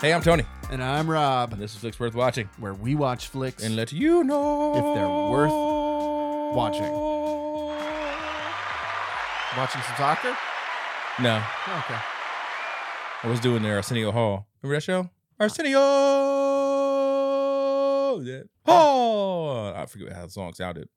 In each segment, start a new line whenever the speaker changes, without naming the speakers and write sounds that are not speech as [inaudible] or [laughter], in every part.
Hey, I'm Tony,
And I'm
and
Rob,
this is Flicks Worth Watching,
where we watch flicks.
and let you know
If they're worth watching. watching some soccer?
No, [laughs]
Okay.
I was doing their Arsenio Hall. Remember that show? Arsenio yeah. Hall. I forget how the song sounded.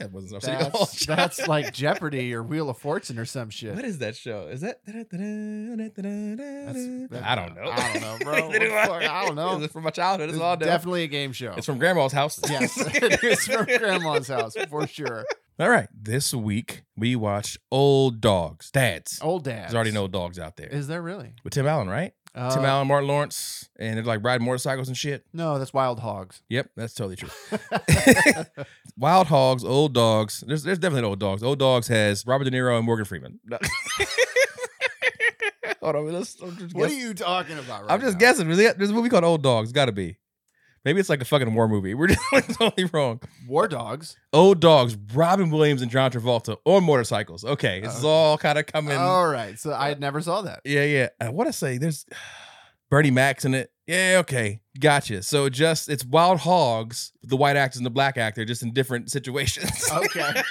That wasn't Arsenio Hall. [laughs]
That's, [laughs] that's like Jeopardy or Wheel of Fortune or some shit.
What is that show? Is that?
That's- that-
I don't know.
I don't know,
[laughs]
bro.
Neither do
What the fuck? I don't know.
It's from my childhood. It's
It's
all I know.
definitely a game show. [laughs]
It's from Grandma's house. [laughs]
yes, [laughs] it is from grandma's house for sure.
All right. This week we watched Old Dogs, Dads.
Old dad.
There's already no dogs out there
Oh, Is there really?
with Tim Allen, right?
Uh,
Tim Allen, Martin Lawrence, and they're like riding motorcycles and shit.
No, that's wild hogs.
Yep, that's totally
[laughs]
true. [laughs] Wild Hogs, Old Dogs. There's there's definitely Old Dogs. Old Dogs has Robert De Niro and Morgan
[laughs]
Freeman. No. [laughs] Hold on, let's. I'm just,
What are
guessing.
you talking about? Right
I'm just
now?
guessing. There's a- there's a movie called Old Dogs. Got to be. Maybe it's like a fucking war movie. We're [laughs] just it's totally wrong.
War dogs.
Old Dogs, Robin Williams and John Travolta on motorcycles. Okay, this is
Okay.
all kind of coming.
All right. So I never saw that.
[laughs] Yeah, yeah. I want to say there's [sighs] Bernie Max in it. Yeah, okay. Gotcha. So just it's wild hogs, the white actors and the black actor, just in different [laughs] situations.
Okay.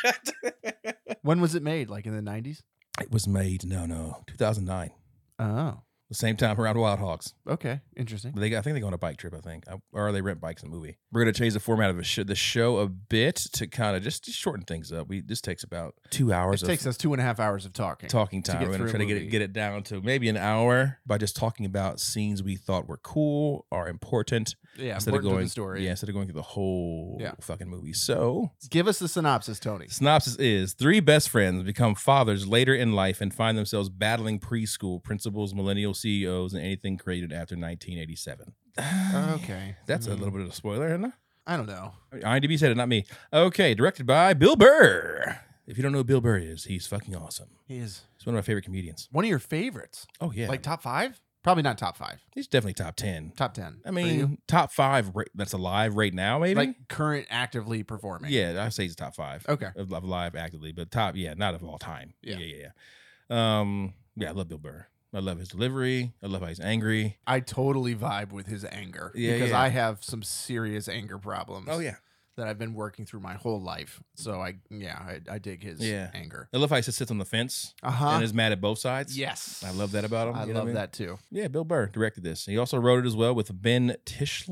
When was it made? Like in the 90s?
it was made, no, no, 2009.
Oh,
The same time around Wild Hogs.
okay. Interesting.
But They, I think they go on a bike trip, I think. I- Or they rent bikes in the movie. We're going to change the format of the show, the show a bit to kind of just, just shorten things up. We This takes about two
It
hours of
takes us two and a half hours of talking.
talking
to
time.
get
We're
through
gonna try to
a
get it
movie.
get it down to maybe an hour by just talking about scenes we thought were cool or important
yeah,
instead of
important to the
going
story.
Yeah, instead of going through the whole
Yeah.
fucking movie. So
Give us the synopsis, Tony.
synopsis is three best friends become fathers later in life and find themselves battling preschool principals, millennial CEOs, and anything created after 1987.
[sighs] Okay.
That's
I
a
mean,
little bit of a spoiler, isn't it?
Hmm. I don't know.
IMDb said it, not me. Okay, directed by Bill Burr. If you don't know who Bill Burr is, he's fucking awesome.
He is
He's one of my favorite comedians.
one of your favorites.
Oh yeah,
Like top five? Probably not top five.
he's definitely top ten.
Top ten.
I
for you.
mean, top five ri- that's alive right now, maybe.
like current actively performing.
yeah, I say he's top five
Okay.
of of live actively, but top, yeah, not of all time.
Yeah.
yeah, yeah. yeah. Um, yeah, I love Bill Burr. I love his delivery. I love how he's angry.
I totally vibe with his anger
Yeah,
because
yeah. Oh,
I have some serious anger problems.
yeah,
That I've been working through my whole life. So I, yeah, I, I dig his
Yeah.
anger.
I love how he just sits on the fence
Uh huh.
and is mad at both sides.
Yes.
I love that about him.
I
you know what
love
mean?
that too.
Yeah, Bill Burr directed this. He also wrote it as well with Ben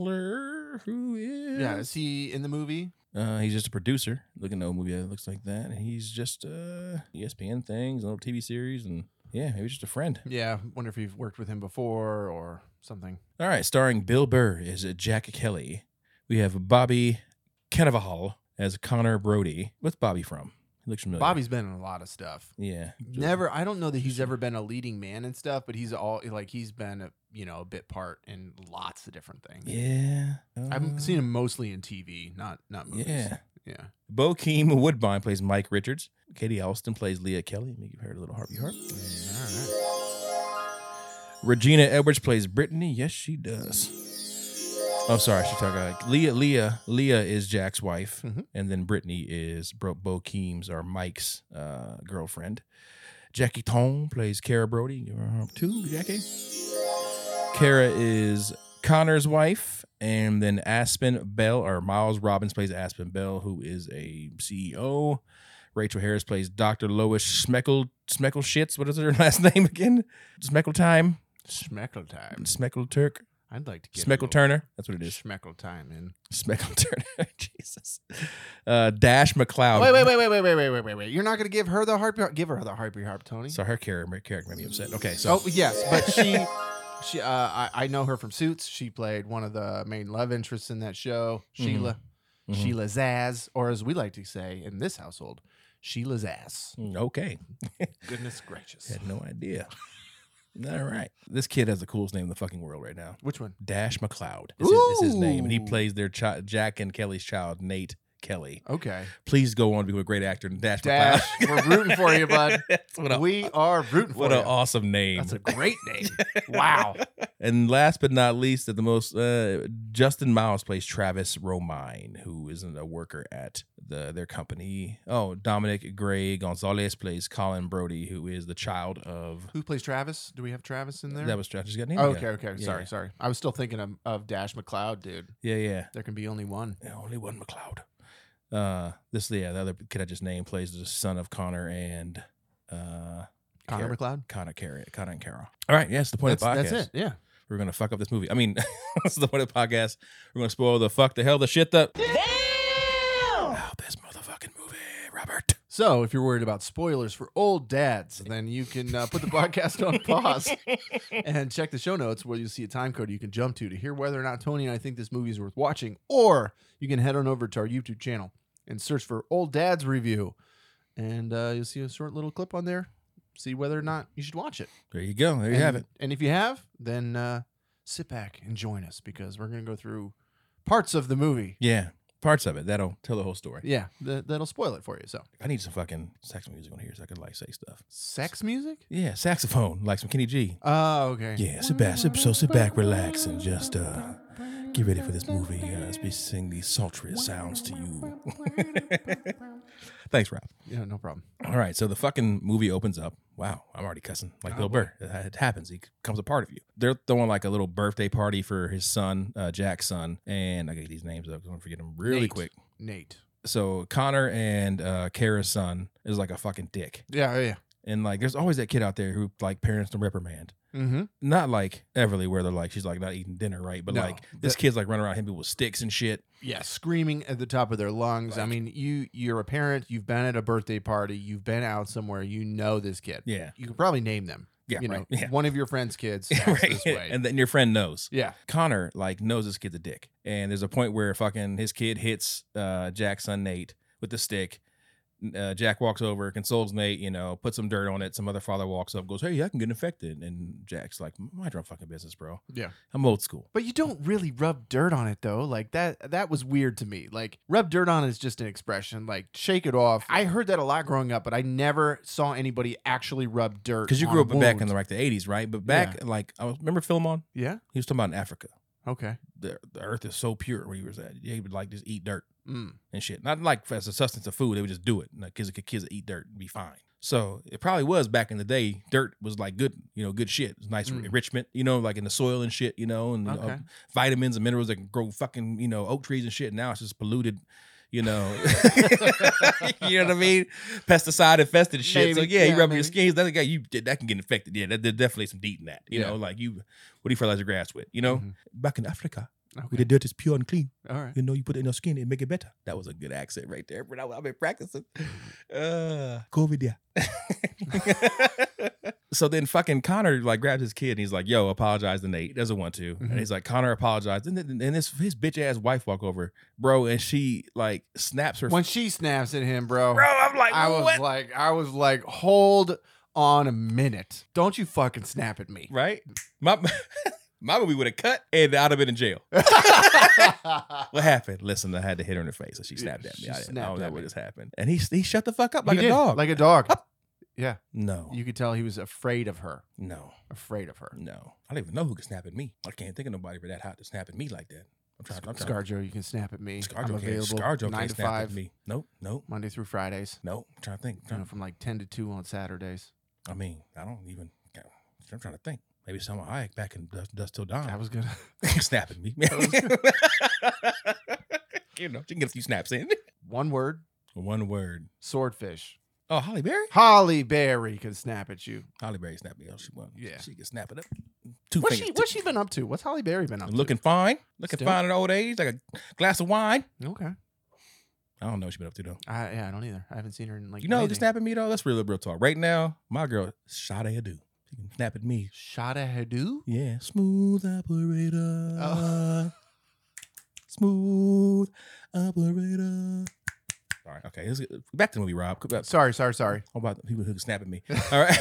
Tischler, who is
Yeah. Is he in the movie?
Uh, he's just a producer. Look at no movie that looks like that. And he's just uh ESPN things, little TV series, and yeah, maybe just a friend.
Yeah. Wonder if you've worked with him before or something.
All right, starring Bill Burr is uh, Jack Kelly. We have Bobby Cannavale as Connor Brody. What's Bobby from? He looks familiar.
Bobby's been in a lot of stuff.
Yeah.
Never. I don't know that he's ever been a leading man and stuff, but he's all like he's been a you know a bit part in lots of different things.
Yeah. Uh,
I've seen him mostly in TV, not not movies.
Yeah.
Yeah.
Bokeem Woodbine plays Mike Richards. Katie Alston plays Leah Kelly. Maybe you've heard a little Harvey Hart. Regina Edwards plays Brittany. Yes, she does. Oh, sorry, she talked. About Leah. Leah. Leah is Jack's wife,
Mhm.
and then Brittany is Bro- Bokeem's or Mike's uh, girlfriend. Jackie Tone plays Kara Brody. Give her a hump too, Jackie. Kara is Connor's wife, and then Aspen Bell or Miles Robbins plays Aspen Bell, who is a CEO. Rachel Harris plays Dr. Lois Schmeckle Schmeckle shits. What is her [laughs] last name again? Schmeckle time.
Schmeckle time.
Schmeckle Turk.
I'd like to get
Schmeckle Turner. That's what it is.
Schmeckle time in.
Schmeckle Turner. [laughs] Jesus. Uh, Dash McLeod.
Wait, wait, wait, wait, wait, wait, wait, wait, wait, wait. You're not gonna give her the harpy harp. Give her the harpy harp, Tony.
So her character, character made me upset. Okay, so
Oh yes, but she, [laughs] she. Uh, I, I know her from Suits. She played one of the main love interests in that show, Sheila,
Mhm.
Sheila Zaz, or as we like to say in this household, Sheila Zaz.
Mm, okay,
Goodness gracious!
had no
[laughs]
idea. All right, this kid has the coolest name in the fucking world right now.
Which one?
Dash McLeod is his, is his name, and he
Ooh.
plays their chi- Jack and Kelly's child, Nate Kelly.
Okay.
Please go on to be a great actor in Dash.
Dash,
McCloud.
we're rooting for you, bud.
[laughs] That's what a,
we are rooting for
what
you.
an awesome name.
That's a great
[laughs]
name. wow.
And last but not least, at the most, uh, Justin Miles plays Travis Romine, who isn't a worker at the their company. Oh, Dominic Gray Gonzalez plays Colin Brody, who is the child of.
Who plays Travis? Do we have Travis in there?
That was Travis. Got name.
Oh, okay, okay.
Yeah,
sorry,
yeah.
sorry. I was still thinking of, of Dash McCloud, dude.
Yeah, yeah.
There can be only one.
yeah. Only one McLeod. Uh, this yeah, the other kid I just named plays the son of Connor and uh
Connor
Carrot.
McLeod.
Connor Carrot, Connor and Carol. All right, yes, the point
That's,
of the podcast.
that's it. Yeah.
We're gonna fuck up this movie. I mean, [laughs] this is the point of the podcast. We're gonna spoil the fuck, the hell, the shit, the. about this motherfucking movie, Robert.
So if you're worried about spoilers for old dads, then you can uh, put the podcast on pause and check the show notes where you see a time code you can jump to to hear whether or not Tony and I think this movie is worth watching, or you can head on over to our YouTube channel and search for Old Dad's Review, and uh, you'll see a short little clip on there. See whether or not you should watch it.
There you go. There you
and,
have it.
And if you have, then uh, sit back and join us because we're going to go through parts of the movie.
Yeah, parts of it that'll tell the whole story.
Yeah, that, that'll spoil it for you. So,
I need some fucking sax music on here so I can like say stuff.
sex music?
Yeah, saxophone, like some Kenny G.
Oh, okay.
Yeah, sit back, sit, so sit back, relax, and just uh, get ready for this movie. Uh, as we sing these sultry sounds to you. [laughs] Thanks, Rob.
Yeah, no problem.
All right, so the fucking movie opens up. Wow, I'm already cussing
Oh,
like Bill Burr. It happens. He becomes a part of you. They're throwing like a little birthday party for his son, uh, Jack's son, and I get these names up. I'm gonna forget them really
Nate.
quick.
Nate.
So Connor and uh, Kara's son is like a fucking dick,
Yeah, yeah.
and like there's always that kid out there who like parents don't reprimand.
Mm-hmm.
Not like Everly, where they're like she's like not eating dinner right, but
No,
like this
that-
kid's like running around hitting people with sticks and shit.
Yeah, screaming at the top of their lungs. I
Like-
mean, you you're a parent. You've been at a birthday party. You've been out somewhere. You know this kid.
Yeah,
You could probably name them.
yeah,
you
right,
know,
[laughs] yeah.
one of your
[laughs]
friends' kids. acts This way.
and then your friend knows.
yeah.
Connor like knows this kid's a dick, and there's a point where fucking his kid hits uh, Jack's son Nate with the stick. Uh, Jack walks over, consoles Nate, you know, puts some dirt on it. Some other father walks up, goes, "Hey, I can get infected," and Jack's like, "Mind your own fucking business, bro.
Yeah.
I'm old school."
But you don't really rub dirt on it though. Like that that was weird to me. Like rub dirt on it is just an expression. Like shake it off. I heard that a lot growing up, but I never saw anybody actually rub dirt.
Because you
on
grew
a
up back in
wound.
the like the 80s, right? But back like I was, remember Philmon.
Yeah.
He was talking about in Africa.
Okay.
The, the earth is so pure where he was at. He would like just eat dirt.
Mm.
and shit. Not like as a substance of food, they would just do it. Like kids, could- kids would eat dirt and be fine. So it probably was back in the day. Dirt was like good, you know, good shit. It was nice
Mm.
enrichment, you know, like in the soil and shit, you know, and you know,
Okay.
vitamins and minerals that can grow fucking, you know, oak trees and shit. Now it's just polluted, you
[laughs]
know, [laughs] you know what I mean? Pesticide infested shit. so
Maybe.
yeah, you
Yeah,
rub your
maybe.
skin, that guy, you that can get infected. Yeah, that, there's definitely some deed in that. You
Yeah.
know, like you, what do you fertilize your grass with? You know,
Mhm.
back in Africa, where
Okay.
the dirt is pure and clean.
All right.
You know, you put it in your skin, it make it better. That was a good accent right there, but I, I've been practicing. Uh, COVID, yeah. [laughs] so then fucking Connor like grabs his kid and he's like, yo, apologize to Nate. He doesn't want to.
Mhm.
And he's like, Connor, apologize. And then and this his bitch ass wife walk over, bro, and she like snaps her. [laughs]
When she snaps at him, bro.
bro, I'm like,
I was
what?
like, I was like, hold on a minute. Don't you fucking snap
[laughs]
at me.
right? My, my movie would have cut and I'd have been in jail. What happened? Listen, I had to hit her in the face and she
Yeah,
snapped at me.
she
I didn't
snapped
know
at
that
me.
would have happened. And he, he shut the fuck up like
He
a
did,
dog.
Like a dog.
no.
You could tell he was afraid of her.
no.
Afraid of her.
No, I don't even know who can snap at me. I can't think of nobody for that hot to snap at me like that. I'm trying. I'm trying.
Scarjo, you can snap at me. I'm
Scarjo can't.
available
Scarjo
nine
can't
to
snap
five,
at me. Nope. Nope.
Monday through Fridays.
Nope. I'm trying to think.
You know, from like ten to two on Saturdays.
I mean, I don't even. I'm trying to think. Maybe Selma Hayek back in Dust, Dust Till Dawn
I was gonna.
snap at me. [laughs] you know, she can get a few snaps in.
[laughs] One word.
One word.
Swordfish.
Oh, Holly Berry.
Holly Berry can snap at you.
Holly Berry snapped me. Oh, she won.
Yeah.
she can snap it up. Two
What's
fingers.
she? What's she been up to? What's Holly Berry been up
Looking fine. Looking
Still?
fine in old age, like a glass of wine.
to? Okay.
I don't know what she been up to though.
I, yeah, I don't either. I haven't seen her in like.
You know, who
anything.
can snap at me though. That's real, real talk. Right now, my girl Sade Adu, she can snap at me.
Shada Hadoo.
Yeah, smooth operator,
Oh. [laughs]
smooth operator. All right. Okay. Let's get back to the movie, Rob. Go back-
Sorry, sorry, sorry.
How about the people who snap at
[laughs]
me? All right.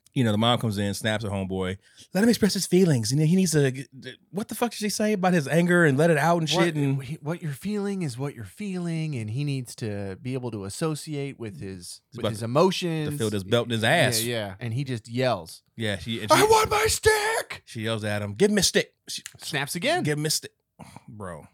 [laughs] you know, the mom comes in, snaps at homeboy. Let him express his feelings. You know, he needs to. What the fuck did she say about his anger and let it out and shit?
What,
And
what you're feeling is what you're feeling, and he needs to be able to associate with his
He's
with
about
his emotions.
to feel this belt in his ass.
Yeah, yeah. And he just yells,
yeah she, and
"I
she,
want my stick!"
she yells at him, give him a stick. She,
Snaps again. Mm.
Give him a stick. [sighs] Bro.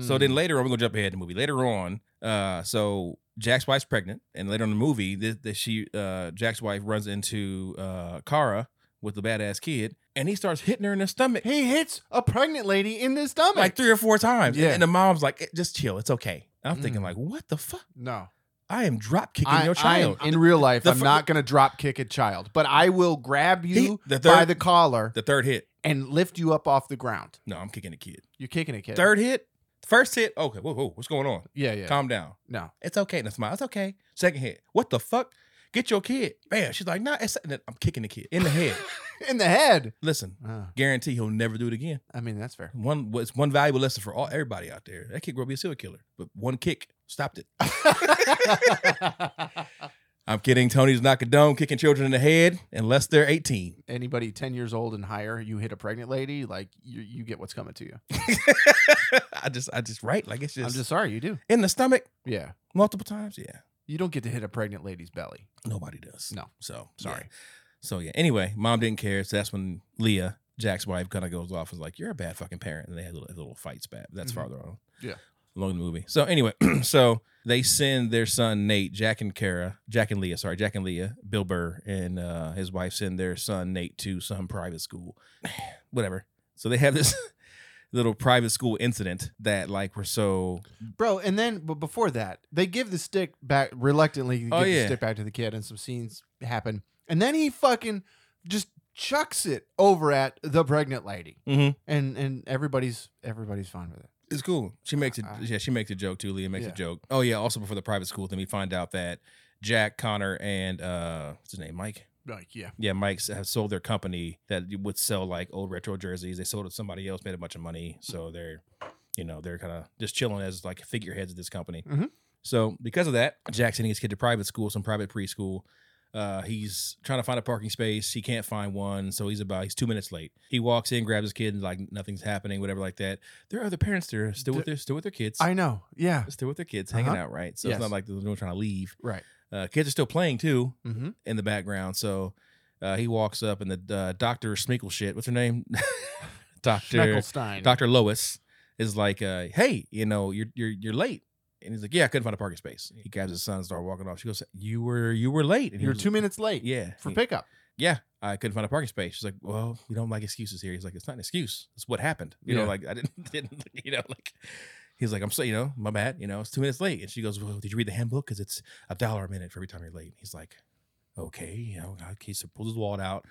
So
Hmm.
then later on, we're gonna jump ahead in the movie. Later on, uh, so Jack's wife's pregnant, and later in the movie, that she uh, Jack's wife runs into uh, Kara with the badass kid, and he starts hitting her in the stomach
he hits a pregnant lady in the stomach.
like three or four times.
Yeah.
And the mom's like, "Eh, "Just chill, it's okay." And I'm thinking
Mm.
like, "What the fuck?
no,
I am drop kicking
I,
your child."
I am- in real life,
The
I'm
fir-
not gonna drop kick a child, but I will grab
He-
you
the
by
third,
the collar
the third hit.
and lift you up off the ground.
No, I'm kicking the kid.
You're kicking a kid.
Third hit, first hit. Okay, whoa, whoa, what's going on?
Yeah, yeah.
Calm down.
no.
It's okay. And I smile. It's okay. Second hit. What the fuck? Get your kid. Man, she's like, nah, it's, and then I'm kicking the kid in the
[laughs]
head.
in the head.
Listen,
Uh,
guarantee he'll never do it again.
I mean, that's [laughs] fair.
One it's one valuable lesson for all everybody out there. That kid will be a serial killer, but one kick stopped it. I'm kidding. Tony's not condone kicking children in the head unless they're 18.
Anybody 10 years old and higher, you hit a pregnant lady, like you, you get what's coming to you.
[laughs] I just I just right like it's just,
I'm just sorry, you do.
in the stomach
Yeah.
multiple times. Yeah,
You don't get to hit a pregnant lady's belly.
nobody does.
No.
so
Sorry.
yeah. So yeah. Anyway, mom didn't care. So that's when Leah, Jack's wife, kind of goes off and is like, "You're a bad fucking parent," and they had little, little fights back. That's
Mhm.
farther on.
Yeah.
Along in the movie. So anyway, [clears throat] so they send their son Nate, Jack and Kara, Jack and Leah, sorry, Jack and Leah, Bill Burr and uh, his wife send their son Nate to some private school, [sighs] whatever. So they have this [laughs] little private school incident that like we're so
Bro, and then but before that, they give the stick back reluctantly give
Oh,
the
yeah.
stick back to the kid and some scenes happen. And then he fucking just chucks it over at the pregnant lady.
Mhm.
And and everybody's everybody's fine with it.
It's cool. She makes it.
I-
Yeah, she makes a joke too. Leah makes
Yeah.
a joke. Oh yeah. Also before the private school thing, we find out that Jack, Connor, and uh, what's his name, Mike.
Like, yeah.
Yeah, Mike's have sold their company that would sell like old retro jerseys. They sold it to somebody else, made a bunch of money. So they're, you know, they're kind of just chilling as like figureheads of this company.
Mhm.
So because of that, Jack's sending his kid to private school, some private preschool. Uh, he's trying to find a parking space. He can't find one, so he's about he's two minutes late. He walks in, grabs his kid, and like nothing's happening, whatever like that. There are other parents there still with their still with their kids,
I know. Yeah.
still with their kids hanging
Uh-huh.
out, right? So
Yes.
it's not like they're no trying to leave.
Right.
Uh, kids are still playing too,
Mm-hmm.
in the background. So uh, he walks up, and the uh, Doctor Smeagol shit, what's her name? [laughs] Doctor
Schmeckelstein.
Doctor Lois is like, uh, "Hey, you know, you're you're you're late." And he's like, "Yeah, I couldn't find a parking space." He grabs his son, and start walking off. She goes, "You were you were late." And he
You're
was
two minutes
like,
late.
Yeah,
For
He-
pickup.
yeah. I couldn't find a parking space. She's like, "Well, we don't like excuses here." He's like, "It's not an excuse. It's what happened." You
Yeah.
know, like I didn't [laughs] didn't you know like. He's like, I'm so, you know, my bad. You know, it's two minutes late. And she goes, Well, did you read the handbook? Because it's a dollar a minute for every time you're late. He's like, okay, you know, uh, okay, so pulls his wallet out.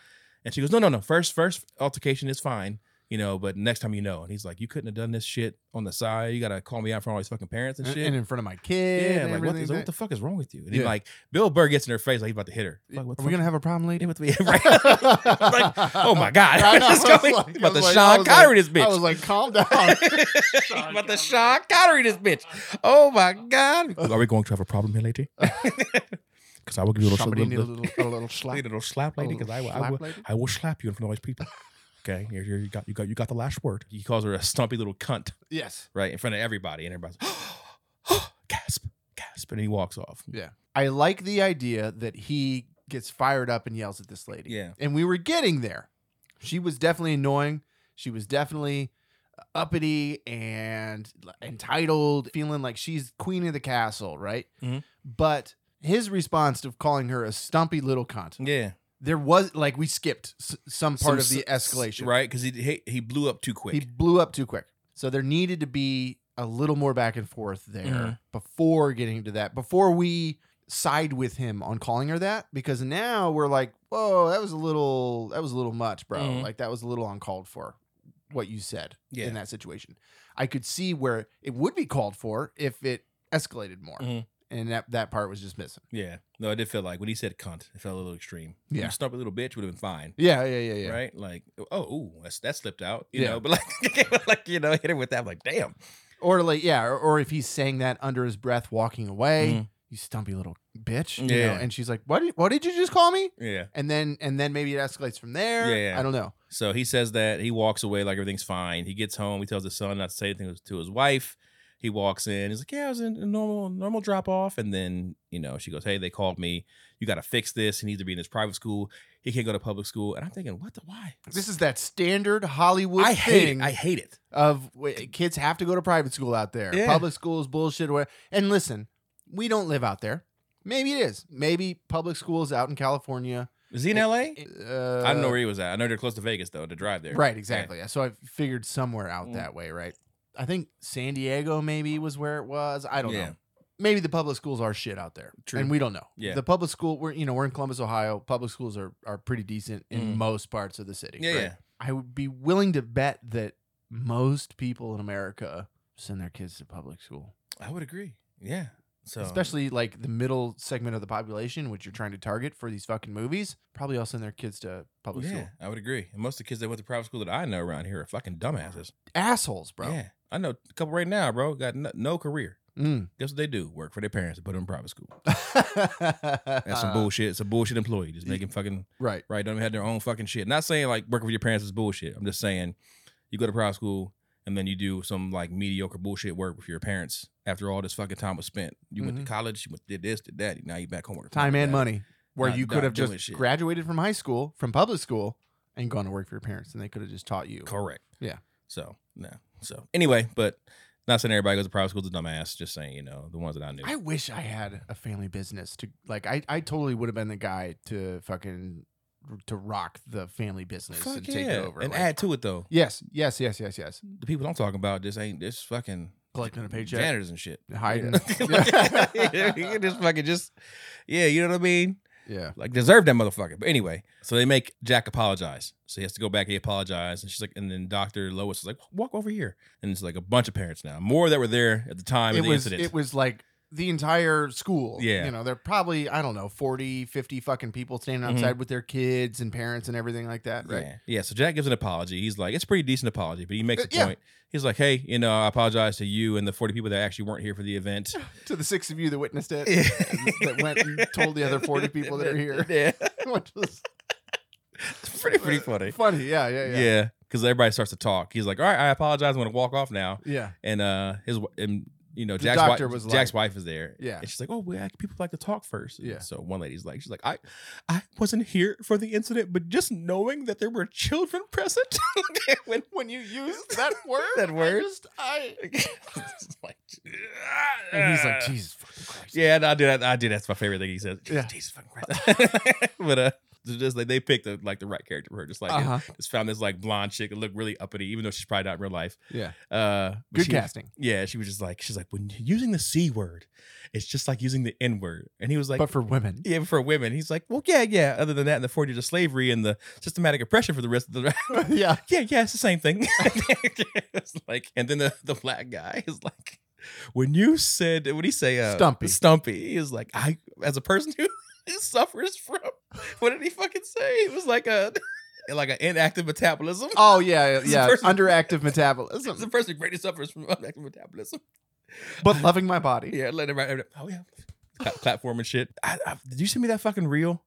And she goes, no, no, no. First, first altercation is fine, you know, but next time you know. And he's like, you couldn't have done this shit on the side. You got to call me out for all these fucking parents and
And,
shit.
and in front of my kid.
yeah,
and
like what, he's
everything
like, what the fuck is wrong with you? And he's
Yeah.
like, Bill Burr gets in her face like he's about to hit her. Like, what
Are
the
we
[laughs] fuck?
gonna have a problem, [laughs] lady?
with me? [laughs] right? Like, oh
[laughs]
my God. [laughs]
I know,
Just
I was
going-
like- I
about
was
the
like- I
Sean
was like-
Connery this bitch.
I was like, oh,
[laughs]
calm [laughs] down.
about the Sean Connery this bitch. Oh my God. [laughs] Are we going to have a problem here later? [laughs] Because I will give you a little,
Uh. Somebody
little,
need a little, a [laughs] little slap.
need a little slap,
A
lady,
little
because I, will- I,
slap,
will,
lady?
I will slap you in front of all these people. Okay, you, you got you got you got the last word. He calls her a stumpy little cunt
Yes.
right in front of everybody, and everybody's [gasps] gasp, gasp, and he walks off.
I like the idea that he gets fired up and yells at this lady.
Yeah.
And we were getting there. She was definitely annoying. She was definitely uh, uppity and entitled, feeling like she's queen of the castle, right?
Mhm.
But his response to calling her a stumpy little cunt,
Yeah,
there was like we skipped s- some part of the escalation.
right? Because he, he he blew up too quick.
He blew up too quick. So there needed to be a little more back and forth there
Mhm.
before getting to that, before we side with him on calling her that, because now we're like, whoa, that was a little, that was a little much, bro.
Mhm.
Like that was a little uncalled for what you said
yeah,
in that situation. I could see where it would be called for if it escalated more.
Mhm.
And that, that part was just missing.
yeah. No, I did feel like when he said cunt, it felt a little extreme.
Yeah.
you stumpy little bitch would have been fine.
Yeah, yeah, yeah, yeah.
Right, like [laughs] oh, ooh, that's, that slipped out, you
Yeah.
know. But like, like you know, hit her with that. I'm like, damn,
Or like, yeah, or, or if he's saying that under his breath, walking away,
Mhm.
you stumpy little bitch. you know,
Yeah.
and she's like, "What? Did, what did you just call me?"
Yeah.
And then and then maybe it escalates from there.
Yeah, yeah.
I don't know.
So he says that he walks away like everything's fine. He gets home. He tells his son not to say anything to his wife. He walks in. He's like, "Yeah, it was a a normal normal drop off." And then you know she goes, "Hey, they called me. You got to fix this. He needs to be in this private school. He can't go to public school." And I'm thinking, "What the why?"
This is that standard Hollywood
I hate
thing
it. I hate it.
of w- kids have to go to private school out there.
Yeah.
Public school is bullshit. wha- And listen, we don't live out there. Maybe it is. Maybe public schools out in California.
Is he in
It-
L.A.?
Uh,
I don't know where he was at. I know they're close to Vegas though to drive there.
Right, exactly. So I figured somewhere out
Mm.
that way, right? I think San Diego maybe was where it was. I don't
Yeah.
know. Maybe the public schools are shit out there,
True.
and we don't know.
Yeah.
the public school we're you know we're in Columbus, Ohio. Public schools are are pretty decent in
Mm.
most parts of the city.
Yeah,
right?
yeah.
I would be willing to bet that most people in America send their kids to public school,
I would agree. Yeah. So
especially like the middle segment of the population, which you're trying to target for these fucking movies. Probably all send their kids to public
yeah,
school.
I would agree. And most of the kids that went to private school that I know around here are fucking dumbasses.
Assholes, bro.
Yeah. I know a couple right now, bro. Got no, no career.
Mm.
Guess what they do? Work for their parents and put them in private school. That's
[laughs] That's
some bullshit. It's a bullshit employee. Just
y-
making fucking
Right.
Uh, right. Don't have their own fucking shit. Not saying like working with your parents is bullshit. I'm just saying you go to private school and then you do some like mediocre bullshit work with your parents after all this fucking time was spent. You went to
Mhm.
college, you went, did this, did that. Now you back home. working for
Time
your
and
dad.
money. Where
Not-
you
not
could have
doing
just
shit.
graduated from high school, from public school, and gone to work for your parents, and they could have just taught you.
Correct.
Yeah.
So no. So anyway, but not saying everybody goes to private school's a dumbass. Just saying, you know, the ones that I knew.
I wish I had a family business to like. I, I totally would have been the guy to fucking to rock the family business
Fuck
and
yeah.
take it over.
and
like-
add to it though.
yes, yes, yes, yes, yes.
The people I'm talking about just ain't this fucking
Collecting a paycheck,
janitors and shit. [laughs]
hiding.
Yeah. [laughs] you can just fucking just yeah, you know what I mean?
[laughs] yeah.
Like deserve that motherfucker. But anyway, so they make Jack apologize. So he has to go back, he apologized, and she's like, and then Dr. Lois is like, walk over here. And it's like a bunch of parents now. More that were there at the time
it
of the
was
incident.
it was like the entire school
Yeah.
you know they're probably i don't know 40 50 fucking people standing
Mhm.
outside with their kids and parents and everything like that right
Yeah. Yeah. So Jack gives an apology. He's like, it's a pretty decent apology, but he makes a
Uh, yeah.
point. He's like, hey, you know, I apologize to you and the 40 people that actually weren't here for the
[laughs]
event. [laughs]
to the six of you that witnessed it
that
that went and told the other 40 people that are here.
[laughs] Yeah.
[laughs] which
[laughs]
was
It's pretty,
[laughs]
pretty funny.
funny yeah yeah yeah
Yeah. Because everybody starts to talk. He's like, all right, I apologize. I'm going to walk off now.
yeah
And uh his, wi- and, you know,
The
Jack's,
doctor
wi-
was
Jack's
like-
wife is there.
Yeah.
And she's like, oh, well, I- people like to talk first. And
Yeah.
So one lady's like, she's like, I, I wasn't here for the incident, but just knowing that there were children present [laughs] when
when you use [laughs] that word
That word.
I just,
[laughs]
I [laughs]
It's like,
and he's like jesus fucking christ
yeah, and I do that. I do that's my favorite thing he says. Jesus,
Yeah.
Jesus fucking Christ. [laughs] but uh, it's just like they picked the, like the right character for her. Just like
uh-huh
just found this like blonde chick that looked really uppity, even though she's probably not in real life.
yeah
Uh, but
good
she-
casting
Yeah, she was just like she's like when you're using the c word, it's just like using the n word. And he was like,
but for women
yeah, for women. He's like, well, yeah, yeah. Other than that, and the forty years of slavery and the systematic oppression for the rest of the
[laughs] yeah
yeah, yeah, it's the same thing. [laughs] It's like, and then the, the black guy is like, when you said, what do you say? Uh,
Stumpy.
Stumpy. He was like, I, as a person who [laughs] suffers from, what did he fucking say? It was like a, [laughs] like an inactive metabolism.
oh yeah
This
yeah
person-
underactive
It's the
metabolism
person who greatly suffers from [laughs] inactive metabolism.
but loving my body
Yeah, let it right. Oh yeah,
[laughs]
Pla- platform and shit. I, I, did you send me that fucking reel?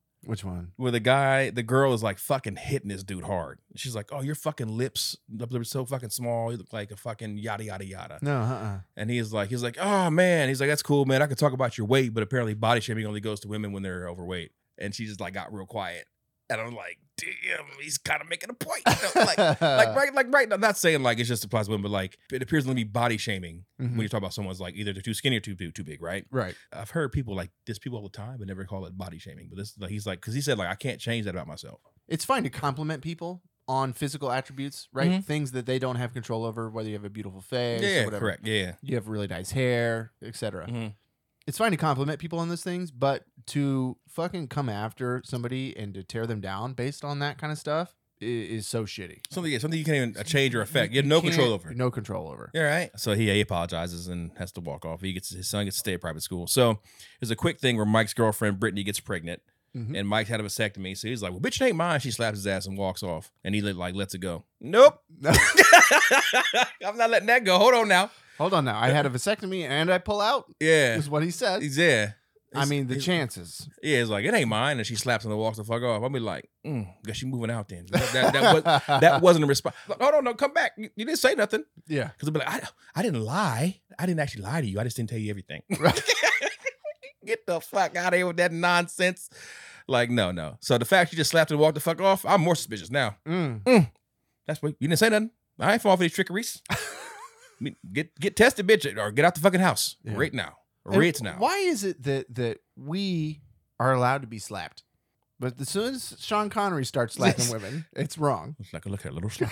[laughs]
which one
where the guy, the girl is like fucking hitting this dude hard. She's like, "Oh, your fucking lips, lips are so fucking small. You look like a fucking yada yada yada."
no uh-uh
And he's like, he's like, "Oh man," he's like, "That's cool, man. I could talk about your weight, but apparently body shaming only goes to women when they're overweight." And she just like got real quiet. And I'm like, "Damn, he's kind of making a point." you know, [laughs] like,
[laughs]
like right, like right. I'm not saying like it just applies to women, but like it appears to be body shaming
Mhm.
when you talk about someone's like either they're too skinny or too too, too big, right?
right
I've heard people like this people all the time, but never call it body shaming. But this, like, he's like, because he said like, I can't change that about myself.
it's fine to compliment people on physical attributes, right?
Mhm.
Things that they don't have control over, whether you have a beautiful face, or
yeah,
whatever.
correct. Yeah,
You have really nice hair, etc.
Mhm.
It's fine to compliment people on those things, but to fucking come after somebody and to tear them down based on that kind of stuff i- is so shitty.
something, yeah, something you can't even uh, change or affect. You have no
can't-
control over. it.
No control over.
Yeah, right. So he, he apologizes and has to walk off. He gets his son gets to stay at private school. So there's a quick thing where Mike's girlfriend Brittany gets pregnant,
Mhm.
and Mike's had a vasectomy. So he's like, "Well, bitch, it ain't mine." She slaps his ass and walks [laughs] off, and he like lets it go. Nope, I'm not letting that go. Hold on now.
Hold on now. I had a vasectomy and I pull out.
Yeah.
Is what he said.
He's yeah.
I mean, the
He's-
chances.
Yeah, it's like it ain't mine, and she slaps him and walks the fuck off. I'll be like, mm, guess she moving out then. That, that,
[laughs]
that, was, that wasn't a response. Like, oh no, no, come back. You, you didn't say nothing
yeah.
because I'll be like, I, I didn't lie. I didn't actually lie to you. I just didn't tell you everything. [laughs]
Right.
Get the fuck out of here with that nonsense. Like, no, no. So the fact you just slapped and walked the fuck off, I'm more suspicious now. [laughs]
Mm.
That's what you didn't say nothing. I ain't fall for these trickeries. I mean, get get tested, bitch, or get out the fucking house
Yeah.
right now,
And
right now.
Why is it that that we are allowed to be slapped, but as soon as Sean Connery starts slapping
Yes.
women, it's wrong
It's like look at a little
[laughs]
slap,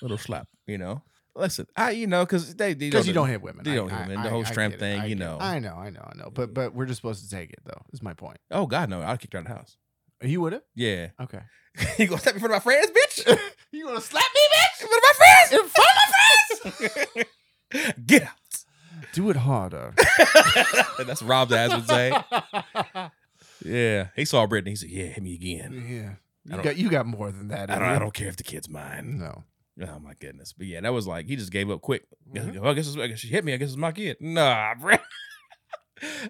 little slap. You know, listen, I [laughs] you know because they
because you
the-
don't hit women.
you
I-
don't hit
I-
women. The
I-
whole
I get
strength
it.
thing,
I
you
get it.
know.
I know, I know, I know. But but we're just supposed to take it though. Is my point.
Oh God, no! I kicked her out of the house.
You would have.
Yeah, [laughs]
Okay.
you gonna slap me in front of my friends, bitch?
You gonna slap me,
In front of my
bitch? In front [laughs]
friends? [laughs] Get out!
of- Do it [laughs] harder.
[laughs] That's what Rob's ass would say. Yeah, he saw Brittany. He said, "Yeah, hit me again."
[laughs]
I
Yeah. You
don't-
got you got more than that.
I
in
don't.
you.
I don't care if the kid's mine.
No.
Oh my goodness! But yeah, that was like he just gave up quick. Yeah,
Mhm.
well, I guess it's, I guess she hit me. I guess it's my kid. Nah, [laughs] bro.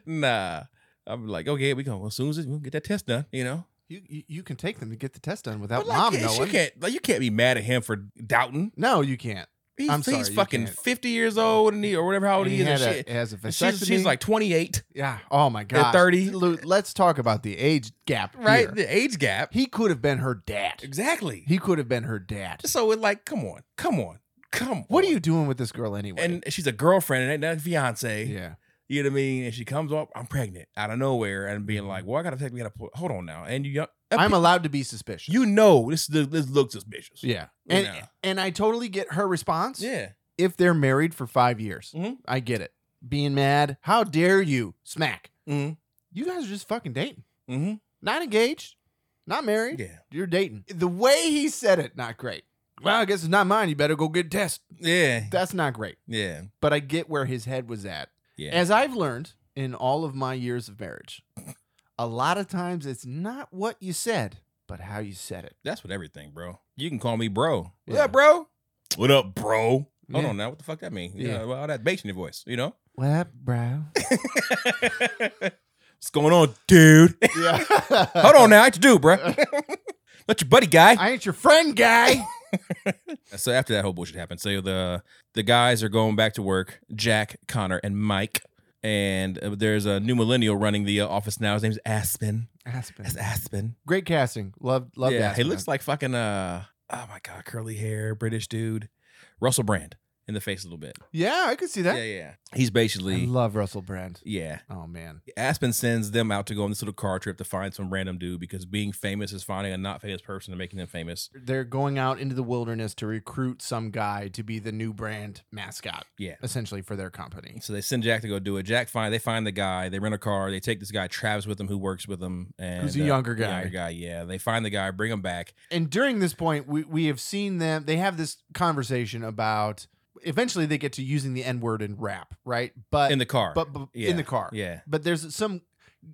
nah. I'm like, okay, we go. As soon as we get that test done, you know.
You, you you can take them to get the test done without
But, like,
mom
yeah, she
knowing.
can't. Like, you can't be mad at him for doubting.
No, you can't.
He's,
I'm sorry,
he's
you
fucking
can't.
50 years old and he, or whatever how old
And
he,
he
is.
had
And
a-
shit.
has a
And she's,
vasectomy.
she's like 28,
yeah. Oh my god.
30.
Let's talk about the age gap.
right?
here.
The age gap.
He could have been her dad.
Exactly.
He could have been her dad.
So it's like, come on, come on, come.
What are
on.
you doing with this girl anyway?
And eh, she's a girlfriend and ain't not a fiance.
yeah.
You know what I mean? And she comes up, I'm pregnant out of nowhere, and being like, "Well, I gotta take me out of hold on now." And you,
Mm-hmm. I'm allowed to be suspicious.
you know, this this looks suspicious.
Yeah.
You
And
know.
and I totally get her response.
yeah.
If they're married for five years.
Mhm.
I get it. Being mad. How dare you? Smack.
Mm-hmm.
You guys are just fucking dating.
Mm-hmm.
Not engaged. Not married.
Yeah.
You're dating. The way he said it, not great. Well, I guess it's not mine. You better go get a test.
Yeah.
That's not great.
yeah.
But I get where his head was at.
Yeah.
As I've learned in all of my years of marriage, a lot of times it's not what you said, but how you said it.
That's what everything, bro. You can call me bro. What
Yeah.
up, bro? What up, bro? Hold
Yeah.
on now. What the fuck that mean?
Yeah.
Yeah. well, all that bass in your voice, you
[laughs]
know? [laughs]
Well, bro.
What's going on,
[laughs]
dude?
Yeah.
[laughs] Hold on now. What you do, bro?
[laughs]
[laughs] Not your buddy guy.
I ain't your friend, guy.
So after that whole bullshit happened, so the the guys are going back to work. Jack, Connor, and Mike. And uh, there's a new millennial running the uh, office now. His name's Aspen.
Aspen.
That's Aspen.
Great casting. Loved, loved
yeah,
Aspen.
he looks like fucking uh oh my god, curly hair, British dude, Russell Brand in the face a little bit.
Yeah, I could see that.
yeah, yeah. He's
I
basically
love Russell Brand.
yeah.
Oh, man.
Aspen sends them out to go on this little car trip to find some random dude because being famous is finding a not famous person and making them famous.
They're going out into the wilderness to recruit some guy to be the new brand mascot,
Yeah.
essentially, for their company.
So they send Jack to go do it. Jack find they find the guy. They rent a car. They take this guy Travis with them, who works with them, and
Who's a
uh,
younger guy.
Younger guy, yeah. They find the guy, bring him back.
and during this point we, we have seen them they have this conversation about eventually they get to using the n-word in rap right but
in the car.
but, but
Yeah,
in the car
yeah,
but there's some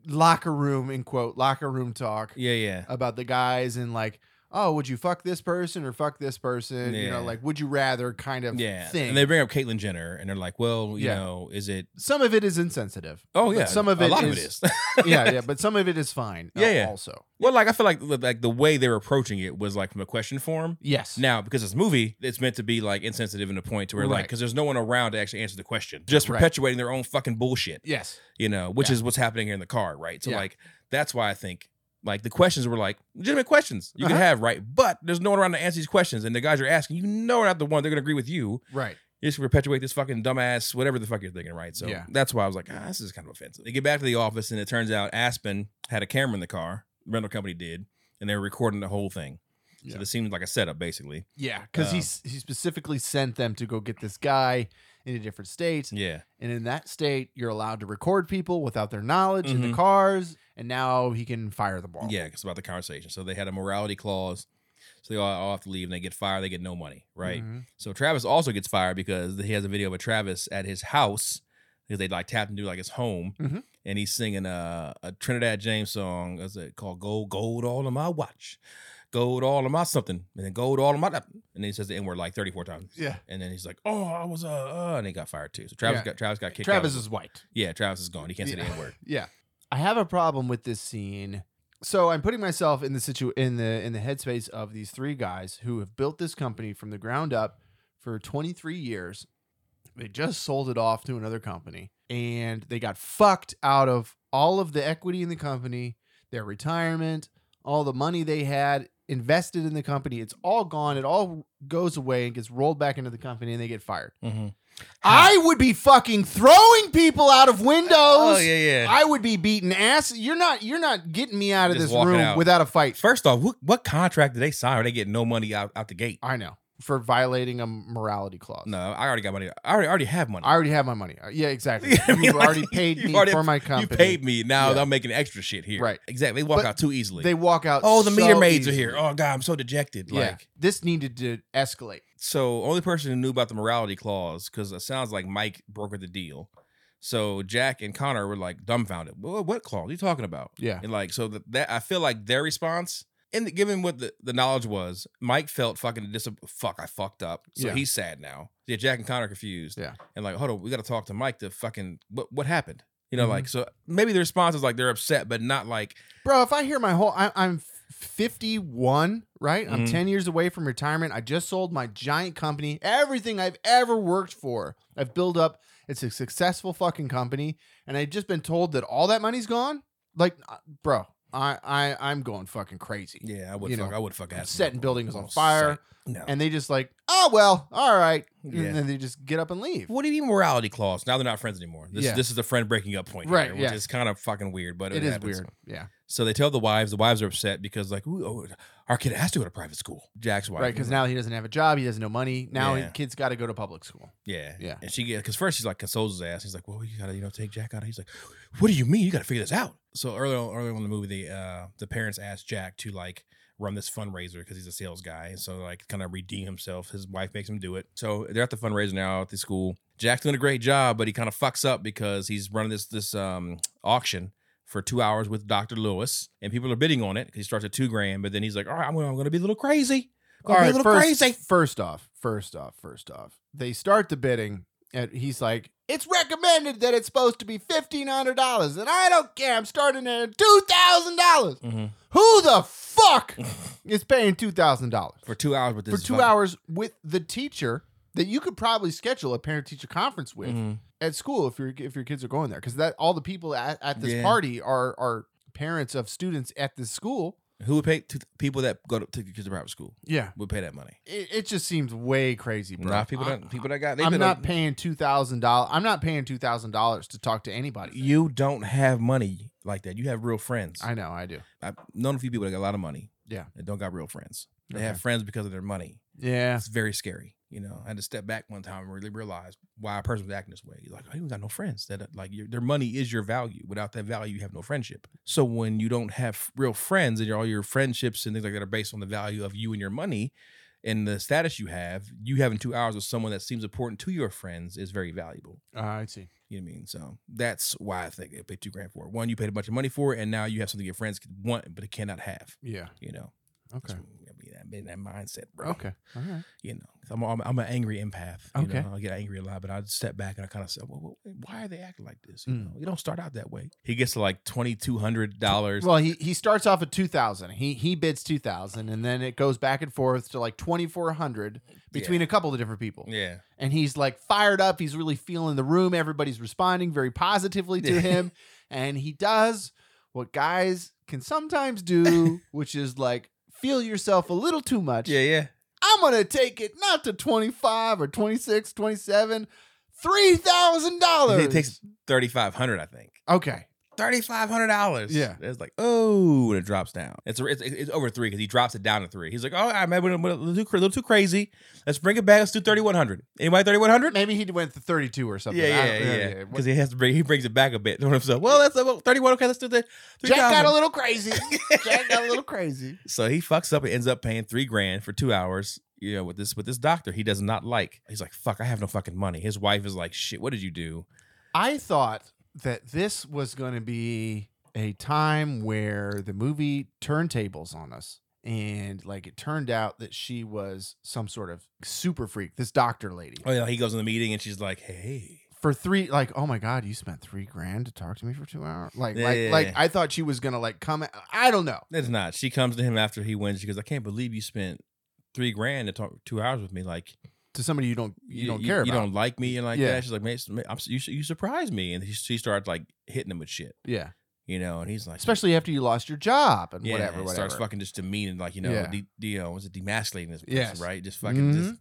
locker room in quote locker room talk
yeah, yeah,
about the guys and like oh would you fuck this person or fuck this person you know
Yeah.
like would you rather kind of
yeah.
thing
And they bring up Caitlyn Jenner, and they're like, "Well, you
Yeah.
know, is it?
some of it is insensitive
Oh
But
yeah,
some of
a
it
lot
is-
of it is.
[laughs] yeah yeah but some of it is fine uh,
Yeah, yeah.
also
[laughs] Well, like I feel like like the way they were approaching it was like from a question form.
yes
Now, because it's a movie, it's meant to be like insensitive in a point to where like
Right.
because there's no one around to actually answer the question, just
Right.
perpetuating their own fucking bullshit,
yes
you know, which
Yeah.
is what's happening here in the car, right? So
Yeah.
like that's why I think like the questions were like legitimate questions you could
Uh-huh.
have, right? But there's no one around to answer these questions, and the guys you're asking, you know, are not the one they're gonna agree with you.
right
You just perpetuate this fucking dumbass, whatever the fuck you're thinking, right? So
Yeah.
that's why I was like, ah, this is kind of offensive. They get back to the office, and it turns out Aspen had a camera in the car, rental company did, and they were recording the whole thing.
Yeah.
So this seemed like a setup, basically.
Yeah, because
Um,
he s- he specifically sent them to go get this guy in a different state,
Yeah.
and in that state, you're allowed to record people without their knowledge in the
Mhm.
cars, and now he can fire them all.
Yeah, it's about the conversation. So they had a morality clause. So they all, all have to leave and they get fired. They get no money, right?
Mhm.
So Travis also gets fired because he has a video of a Travis at his house because they like tapped into like his home.
Mhm.
And he's singing a, a Trinidad James song. Is it called Gold Gold All on My Watch? go to all of my something, and then go to all of my, and then he says the N word like 34 times.
Yeah.
And then he's like, oh, I was, uh, uh, and he got fired too. So Travis
Yeah.
got, Travis got kicked
Travis
out.
is white.
yeah, Travis is gone. He can't say
Yeah.
the N
[laughs]
word.
Yeah. I have a problem with this scene. So I'm putting myself in the situ in the in the headspace of these three guys who have built this company from the ground up for 23 years. They just sold it off to another company and they got fucked out of all of the equity in the company, their retirement, all the money they had invested in the company. It's all gone. It all goes away and gets rolled back into the company and they get fired.
Mhm.
I would be fucking throwing people out of windows.
Oh, yeah, yeah.
I would be beating ass. You're not. You're not getting me out of
Just
this
walking
room
out.
without a fight.
First off, what, what contract did they sign? Or they get no money out, out the gate?
I know for violating a morality clause.
No, I already got money. I already, already have money.
I already have my money. Uh,
[laughs]
Yeah, exactly.
Yeah, I mean,
You've
like,
already paid
you've
me
already-
for my company.
You paid me. Now
Yeah.
I'm making extra shit here.
Right.
Exactly. They walk
But
out too easily.
They walk out.
oh, the
so
meter maids
easily.
are here. Oh God, I'm so dejected.
yeah.
Like
this needed to escalate.
so, only person who knew about the morality clause because it sounds like Mike brokered the deal. So Jack and Connor were like dumbfounded. What, what clause? What are you talking about?
Yeah.
And like so that, that I feel like their response. And given what the, the knowledge was, Mike felt fucking dis- fuck. I fucked up, so
Yeah.
he's sad now. Yeah, Jack and Connor are confused.
Yeah.
and like, hold on, we got to talk to Mike to fucking what what happened? You know,
Mhm.
like so maybe the response is like they're upset, but not like
Bro, if I hear my whole, I, I'm 51, right? I'm
Mhm.
10 years away from retirement. I just sold my giant company, everything I've ever worked for. I've built up, it's a successful fucking company. And I've just been told that all that money's gone. Like, uh, bro, I, I, I'm going fucking crazy.
yeah, I would
You
fuck,
know,
I would fuck ass.
Setting buildings on
Oh,
fire.
sight. No.
And they just like, oh, well, all right.
Yeah.
And then they just get up and leave.
what do you mean morality clause? Now they're not friends anymore. This
Yeah.
this is the friend breaking up point, here,
Right,
which
yeah.
is kind of fucking weird, but it,
it is
happens.
weird. Yeah.
So they tell the wives. The wives are upset because like, Ooh, oh, our kid has to go to private school. Jack's wife,
Right. Because now he doesn't have a job. He has no money. Now
Yeah.
his kid's got to go to public school.
Yeah.
Yeah.
And she get because first she's like consoles his ass. He's like, Well, you gotta, you know, take Jack out. He's like, What do you mean? You gotta figure this out. So earlier on earlier on in the movie, the uh the parents asked Jack to like run this fundraiser because he's a sales guy. And so like kind of redeem himself. His wife makes him do it. So they're at the fundraiser now at the school. Jack's doing a great job, but he kind of fucks up because he's running this this um auction for two hours with Dr. Lewis and people are bidding on it. He starts at two grand, but then he's like, All right, I'm gonna, I'm gonna be a little crazy.
All
Gonna be
right,
a little
first,
crazy.
first off, first off, first off, they start the bidding, and he's like, "It's recommended that it's supposed to be fifteen hundred dollars, and I don't care. I'm starting at two thousand dollars.
Mhm.
Who
[laughs]
the fuck is paying two thousand dollars
For two hours with
for
this
two
fucking-
hours with the teacher that you could probably schedule a parent-teacher conference with
Mhm.
at school if your if your kids are going there? Because that all the people at, at this
Yeah.
party are are parents of students at this school.
Who would pay to people that go to take their kids to private school?
Yeah,
Would pay that money?
it, it just seems way crazy, bro.
Not people
I-
that people that got. They
I'm
been
not
a-
paying two thousand dollars. I'm not paying two thousand dollars to talk to anybody.
You don't have money like that. You have real friends. I,
I know, I do.
have known a few people that got a lot of money.
Yeah.
that don't got real friends. They
Okay.
have friends because of their money.
Yeah,
It's very scary. You know, I had to step back one time and really realize why a person was acting this way. You're like, I don't got no friends. That uh, like your, their money is your value. Without that value, you have no friendship. So when you don't have real friends and your, all your friendships and things like that are based on the value of you and your money and the status you have, you having two hours with someone that seems important to your friends is very valuable.
uh, I see.
You know what I mean? So that's why I think they paid two grand for it. One, you paid a bunch of money for it, and now you have something your friends could want but cannot have.
Yeah.
You know,
Okay.
That's- I mean, I'm in that mindset, bro
Okay. All right.
you know, 'cause I'm, I'm, I'm an angry empath. You
Okay.
know? I get angry a lot, but I step back and I kind of say, well, well, why are they acting like this? You
Mm.
know, you don't start out that way. He gets to like twenty two hundred dollars.
Well, he he starts off at two thousand. He he bids two thousand, and then it goes back and forth to like twenty four hundred between a couple of different people. [laughs]
yeah,
And he's like fired up. He's really feeling the room. Everybody's responding very positively to
Yeah. [laughs]
him, and he does what guys can
[laughs]
sometimes do, which is like feel yourself a little too much.
yeah, yeah.
I'm going to take it not to 25 or 26, 27, $3,000.
It takes thirty five hundred, I think.
Okay.
Thirty five hundred dollars.
Yeah.
it's like oh, and it drops down. It's it's, it's over three because he drops it down to three. He's like, oh, I maybe a little too, cra- little too crazy. Let's bring it back. Let's do thirty one hundred. Anybody thirty one hundred?
Maybe he went to 32 or something.
Yeah,
I
yeah,
don't-
yeah.
yeah.
Because he has to bring, he brings it back a bit. [laughs] So, well, that's about thirty-one. Okay, let's do the.
Jack got
3,000.
a little crazy. Jack got
[laughs]
a little crazy.
So he fucks up and ends up paying three grand for two hours, you know, with this with this doctor he does not like. He's like, fuck, I have no fucking money. His wife is like, shit, what did you do?
I thought that this was going to be a time where the movie turned tables on us and like it turned out that she was some sort of super freak. This doctor lady
Oh yeah, he goes in the meeting and she's like, "Hey,
for three like oh my god you spent three grand to talk to me for two hours like
Yeah,
like
yeah,
like
yeah.
i thought she was gonna like come at, i don't know
it's not." She comes to him after he wins. She goes, "I can't believe you spent three grand to talk two hours with me. Like
to somebody you don't you, don't care
You
about
don't like me and like
Yeah.
that." She's like, "Mate, it's- mate, I'm, su- you su- you surprise me." And he, she starts like hitting him with shit,
yeah
you know. And he's like,
especially after you lost your job and
yeah,
whatever
and
whatever
starts fucking just demeaning, like you know,
Yeah.
de- you know, was it demasculating this person,
Yes. Mm-hmm.
right? Just fucking just.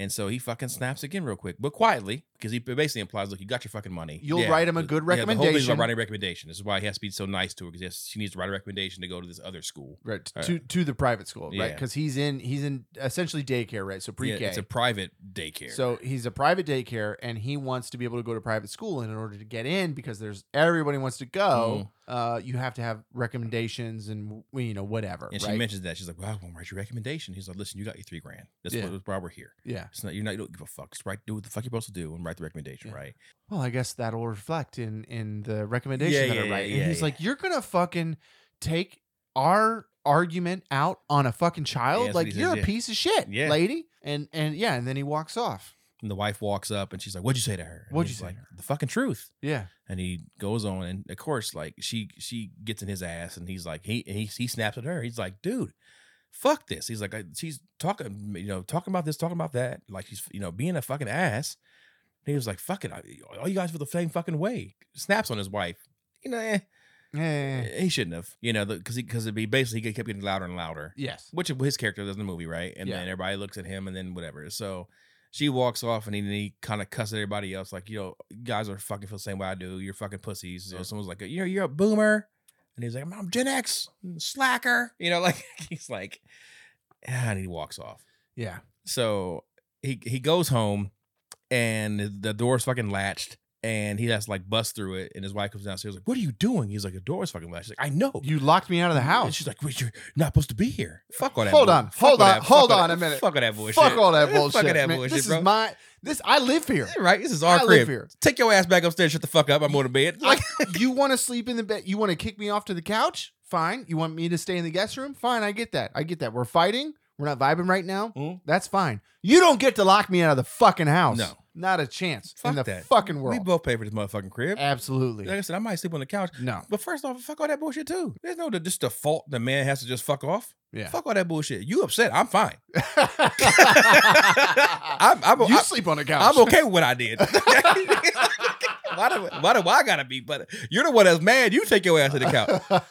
And so he fucking snaps again real quick, but quietly, because he basically implies, look, you got your fucking money.
You'll write him a
but-
good
Yeah, the whole thing's
recommendation.
about writing a recommendation. This is why he has to be so nice to her, because she needs to write a recommendation to go to this other school.
right
Uh,
to to the private school right
yeah.
because he's in he's in essentially daycare right so
Yeah,
pre-k
it's a private daycare.
so he's a private daycare and he wants to be able to go to private school and in order to get in because there's everybody wants to go
Mm.
uh you have to have recommendations and you know whatever
and she
right
mentions that she's like, "Well, I won't write your recommendation." He's like, "Listen, you got your three grand. That's
Yeah.
what, why we're here.
yeah
It's not you're not you don't give a fuck. Just write, do what the fuck you're supposed to do, and write the recommendation,
Yeah.
right?
well, I guess that'll reflect in in the recommendation
Yeah,
that
yeah,
I
yeah,
write.
yeah,
and he's
yeah.
like, you're gonna fucking take our argument out on a fucking child?
that's what
like
he
you're
says,
a
yeah.
piece of shit,
Yeah.
lady. And and yeah, and then he walks off.
And the wife walks up and she's like, "What'd you say to her?" And
What'd you
he's
say
Like,
to her?
the fucking truth.
Yeah,
And he goes on, and of course, like she she gets in his ass, and he's like, he and he, he snaps at her. He's like, "Dude." Fuck this. He's like, I- she's talking, you know, talking about this, talking about that. Like, she's, you know, being a fucking ass. And he was like, fuck it. I, all you guys feel the same fucking way. Snaps on his wife. You know, eh,
yeah, yeah, yeah.
he shouldn't have, you know, because he because it'd be basically he kept getting louder and louder,
yes,
which his character does in the movie, right? And
Yeah.
then everybody looks at him, and then whatever. So she walks off, and he, he kind of cusses everybody else, like, you know, you guys are fucking feel the same way I do. You're fucking pussies. So
Yeah.
someone's like, you're you're a boomer, and he's like, I'm Gen X mm, slacker, you know, [laughs] like he's like, "Ah," and he walks off.
yeah.
So he he goes home, and the door's fucking latched. And he has to like bust through it, and his wife comes downstairs like, "What are you doing?" He's like, "The door's fucking latched." She's like, "I know,
You locked me out of the
and
house.
she's like, "Wait, you're not supposed to be here. Fuck all that.
Hold
bull-
on,
fuck
hold
all
on,
that-
hold
fuck all
on
that-
a minute.
Fuck all that bullshit.
Fuck all
[laughs]
that
Fuck
bullshit.
that
man.
bullshit,
This
bro.
is my this. I live here.
Right, this is our
I live
crib.
here.
Take your ass back upstairs. Shut the fuck up. I'm going to bed. Like,
[laughs] you want to sleep in the bed? You want to kick me off to the couch? Fine. You want me to stay in the guest room? Fine. I get that. I get that. We're fighting. We're not vibing right now.
Mm.
That's fine. You don't get to lock me out of the fucking house.
No.
Not a chance
Fuck
in the
that.
fucking
we
world.
both pay for this motherfucking crib.
Absolutely.
Like I said, I might sleep on the couch.
no.
But first off, fuck all that bullshit too. There's no the- just default. The man has to just fuck off.
Yeah. [laughs]
Fuck all that bullshit. You upset? I'm fine. I'm I'm,
you
I'm,
sleep on the couch.
I'm okay with what I [laughs] did. why do why do I gotta be? But you're the one that's mad. You take your ass to the couch.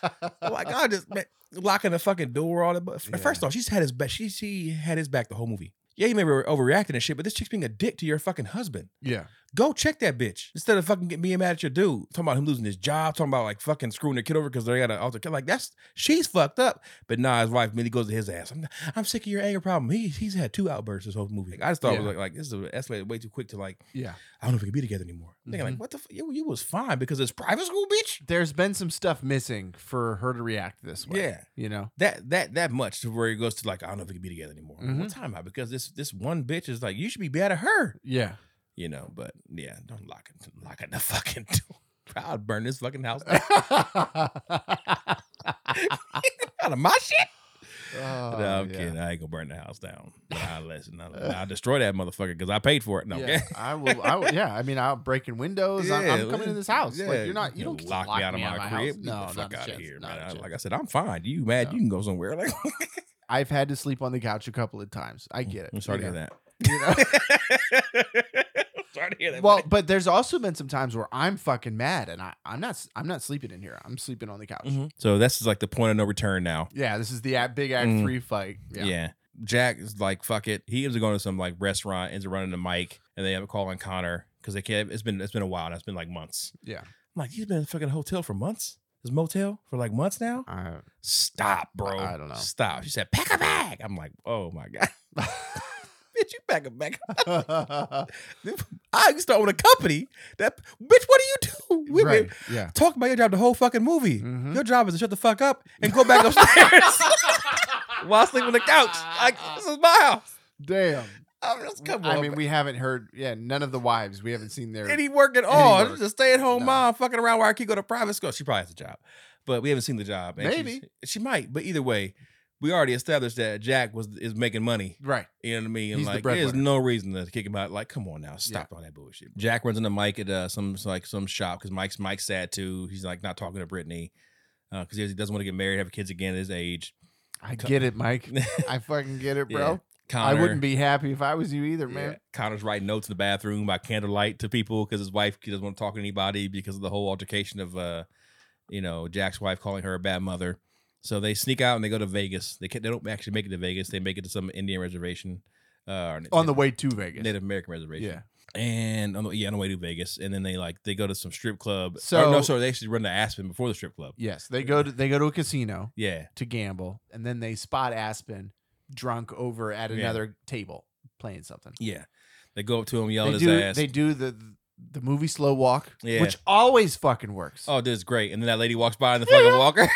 like I Oh just man, locking the fucking door all that. But
Yeah.
first off, she's had his back. She she had his back the whole movie. Yeah, you may be overreacting and shit, but this chick's being a dick to your fucking husband.
[laughs] yeah.
Go check that bitch instead of fucking get being mad at your dude. Talking about him losing his job. Talking about like fucking screwing their kid over because they got an alter kid. Like that's she's fucked up. But nah, his wife immediately goes to his ass. I'm, I'm sick of your anger problem. He, he's had two outbursts this whole movie. Like, I just thought it was
Yeah.
like like this is escalated way too quick to like
Yeah.
I don't know if we can be together anymore. I'm Thinking
Mm-hmm.
like what the f- you, you was fine because it's private school, bitch.
There's been some stuff missing for her to react this way.
Yeah.
You know?
that that that much to where it goes to like I don't know if we can be together anymore.
Mhm.
What time out? Because this this one bitch is like you should be mad at her,
[laughs] Yeah.
you know. But yeah, don't lock it, lock it the [laughs] fucking door. I'd burn this fucking house down.
oh,
out of my
[laughs]
shit.
Oh,
no, I'm kidding. I ain't gonna burn the house down. But
[laughs]
I listen. I'll, I'll destroy that motherfucker because I paid for it. No,
Yeah, I will. I will yeah, I mean, I'm breaking windows. I'm, I'm
Yeah,
coming in this house.
yeah.
Like you're not. You don't get to
lock, me out of my, crib.
House.
Get
No,
the
not
fuck
a
out of
chance,
here,
not a
man. I-
chance.
like I said, I'm fine. You mad?
No.
You can go somewhere. [laughs] Like
I've had to sleep on the couch a couple of times. I get it.
I'm sorry
you
to hear
know,
that.
[laughs] you know?
[laughs] sorry to hear that.
well,
buddy.
but there's also been some times where I'm fucking mad and I, I'm not. I'm not sleeping in here. I'm sleeping on the couch.
Mhm. so this is like the point of no return now.
Yeah, this is the act, big act
Mm.
three fight.
Yeah.
Yeah.
Jack is like, fuck it. He ends up going to some like restaurant, ends up running to Mike, and they end up calling Connor because they can't. It's been it's been a while. Now. It's been like months.
Yeah.
I'm like, he's been in a fucking hotel for months. His motel for like months now. [laughs]
I-
Stop, bro.
I don't know.
Stop. She said, pack a bag. I'm like, oh my
[laughs]
god, bitch, you pack a bag. I used to own a company. That bitch, what do you do? We
right.
been
Yeah.
talking about your job the whole fucking movie.
Mhm.
Your job is to shut the fuck up and go
[laughs]
back upstairs while I sleep on the couch.
[laughs]
Like this is my house.
Damn.
I'm just come on.
I mean, we haven't heard. Yeah, none of the wives. We haven't seen their.
any work at all.
work.
Just a stay at home
No.
mom fucking around where our kid go to private school. She probably has a job, but we haven't seen the job. and she's-
Maybe.
she might, but either way, we already established that Jack was is making money.
Right.
You know what I mean? And
He's the
like, there's
breadwinner.
no reason to kick him out. Like, come on now, stop all that bullshit. Jack runs into Mike at uh, some like some shop because Mike's Mike's sad too. He's like not talking to Brittany because he doesn't want to get married, have kids again at his age. [laughs]
I
Co-
get
[laughs]
it, Mike. I fucking get it, bro.
Yeah. Connor,
I wouldn't be happy if I was you either, man.
Yeah. Connor's writing notes in the bathroom by candlelight to people because his wife he doesn't want to talk to anybody because of the whole altercation of, uh, you know, Jack's wife calling her a bad mother. So they sneak out and they go to Vegas. They can, they don't actually make it to Vegas. They make it to some Indian reservation, uh, or
On the way to Vegas.
Native American reservation.
Yeah.
and on the, yeah, on the way to Vegas, and then they like they go to some strip club. or
So-
no, sorry, they actually run to Aspen before the strip club.
Yes. They go to they go to a casino
Yeah,
to gamble and then they spot Aspen drunk over at
Yeah.
another table playing something.
yeah. They go up to him, yell
They
at his
do
ass.
they do the the movie slow walk,
Yeah.
which always fucking works.
oh, this is great. And then that lady walks by in the
Yeah.
fucking walker. [laughs]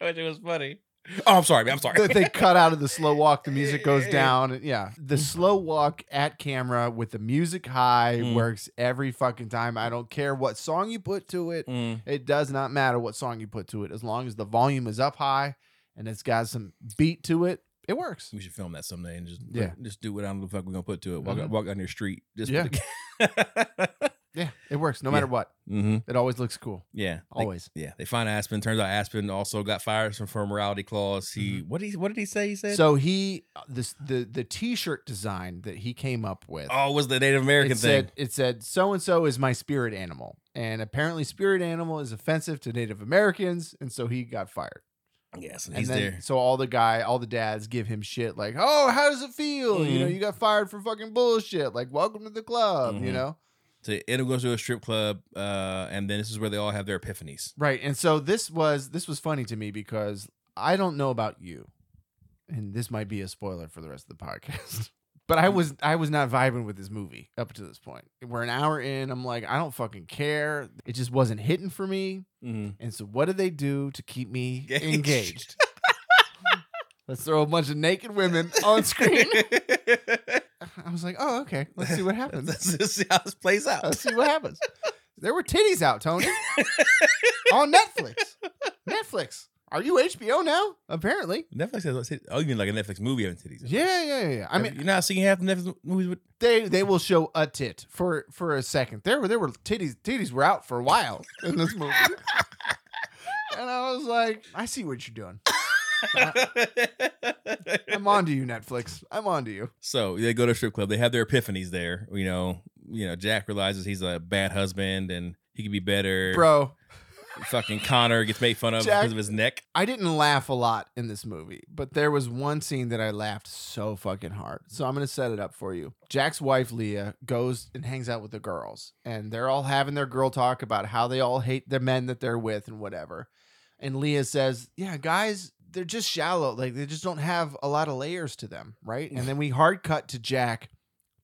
Which it was funny. Oh, I'm sorry, man. I'm sorry.
that they cut out of the slow walk, the music goes
Yeah.
down. and- Yeah. The slow walk at camera with the music high
Mm.
works every fucking time. I don't care what song you put to it.
[laughs] Mm,
It does not matter what song you put to it. As long as the volume is up high and it's got some beat to it, it works.
we should film that someday and just
Yeah.
just do what I don't know the fuck we're gonna put to it. Walk
Mhm.
walk down your street. Just
Yeah. Yeah. It works no matter what.
[laughs] mm-hmm.
It always looks cool.
Yeah. They-
Always.
yeah. They find Aspen. Turns out Aspen also got fired from for a morality clause. He what did he what did he say? He said
Mm-hmm. So he uh, this the the t-shirt design that he came up with.
Oh, it was the Native American
it
thing.
said it said so and so is my spirit animal. And apparently spirit animal is offensive to Native Americans and so he got fired.
yes, and
And
he's
then
there.
so all the guy, all the dads give him shit like, "Oh, how does it feel? You know,
Mhm.
you got fired for fucking bullshit. Like, welcome to the club, you
Mhm.
know?"
So Ed goes to a strip club, uh, and then this is where they all have their epiphanies.
Right. And so this was this was funny to me because I don't know about you. And this might be a spoiler for the rest of the podcast. [laughs] But
Mm-hmm.
I was I was not vibing with this movie up to this point. We're an hour in. I'm like, I don't fucking care. It just wasn't hitting for me.
[laughs] Mm-hmm.
And so what do they do to keep me engaged? Let's throw a bunch of naked women on screen.
[laughs]
I was like, oh, okay. Let's see what [laughs] happens.
Let's just see how this plays out.
Let's see what happens. There were titties out, Tony, on Netflix. Netflix. Are you HBO now? Apparently.
Netflix has oh, you mean like a Netflix movie having titties?
Yeah, yeah, yeah. yeah. I mean,
you're not seeing half the Netflix movies
[laughs]
with
they they will show a tit for for a second. There were there were titties titties were out for a while in this movie. and I was like, I see what you're doing. I'm on to you, Netflix. I'm on to you.
[laughs] So they go to a strip club. They have their epiphanies there. You know, you know. Jack realizes he's a bad husband and he could be better.
Bro,
Fucking Connor gets made fun of
Jack-
because of his neck.
I didn't laugh a lot in this movie, but there was one scene that I laughed so fucking hard. So I'm going to set it up for you. Jack's wife, Leah, goes and hangs out with the girls, and they're all having their girl talk about how they all hate the men that they're with and whatever. And Leah says, Yeah, guys, they're just shallow. Like they just don't have a lot of layers to them. Right. And then we hard cut to Jack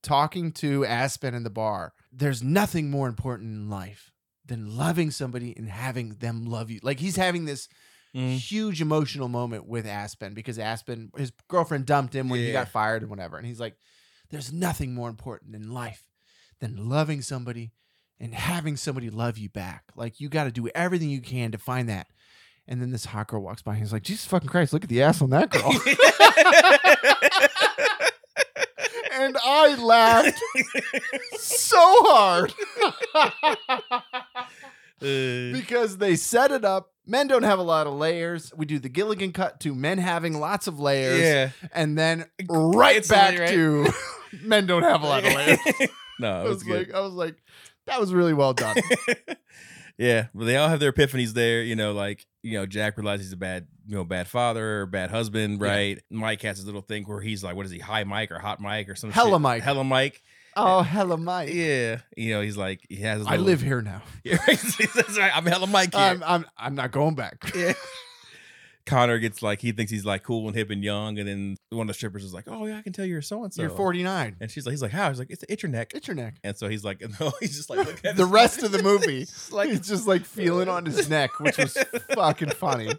talking to Aspen in the bar. There's nothing more important in life than loving somebody and having them love you. Like he's having this
Mm-hmm. Mm. [laughs]
[laughs] huge emotional moment with Aspen because Aspen, his girlfriend dumped him when he
Yeah.
got fired and whatever. And he's like, there's nothing more important in life than loving somebody and having somebody love you back. Like, you got to do everything you can to find that. And then this hot girl walks by and he's like, Jesus fucking Christ, look at the ass on that girl.
[laughs]
and I laughed so hard
Uh,
because they set it up. Men don't have a lot of layers. We do the Gilligan cut to men having lots of layers.
yeah.
and then right
It's
back
right.
to [laughs] men don't have
[laughs]
a lot of layers.
no,
I
it was
was
good.
like, I was like, that was really
[laughs]
well done.
yeah, but they all have their epiphanies there. You know, like you know, Jack realizes he's a bad, you know, bad father or bad husband,
Yeah.
right? Mike has his little thing where he's like, what is he, high Mike or hot Mike or something?
Hella Mike.
hella Mike.
oh, hella Mike.
Yeah, you know, he's like, he has. His
I
little-
live here now.
[laughs] Yeah, that's right. I'm hella Mike here. [laughs]
I'm, I'm, I'm not going back.
Connor gets like he thinks he's like cool and hip and young, and then one of the strippers is like, "Oh yeah, I can tell you're so and so."
[laughs] You're 49.
and she's like, "He's like, how?" He's like, "It's, it's your neck."
It's your neck.
And so he's like, [laughs] "No," he's just like,
[laughs]
"Look at
The
his- [laughs]
rest of the movie,
It's like uh,
he's just like feeling on his neck,
[laughs]
which was fucking funny.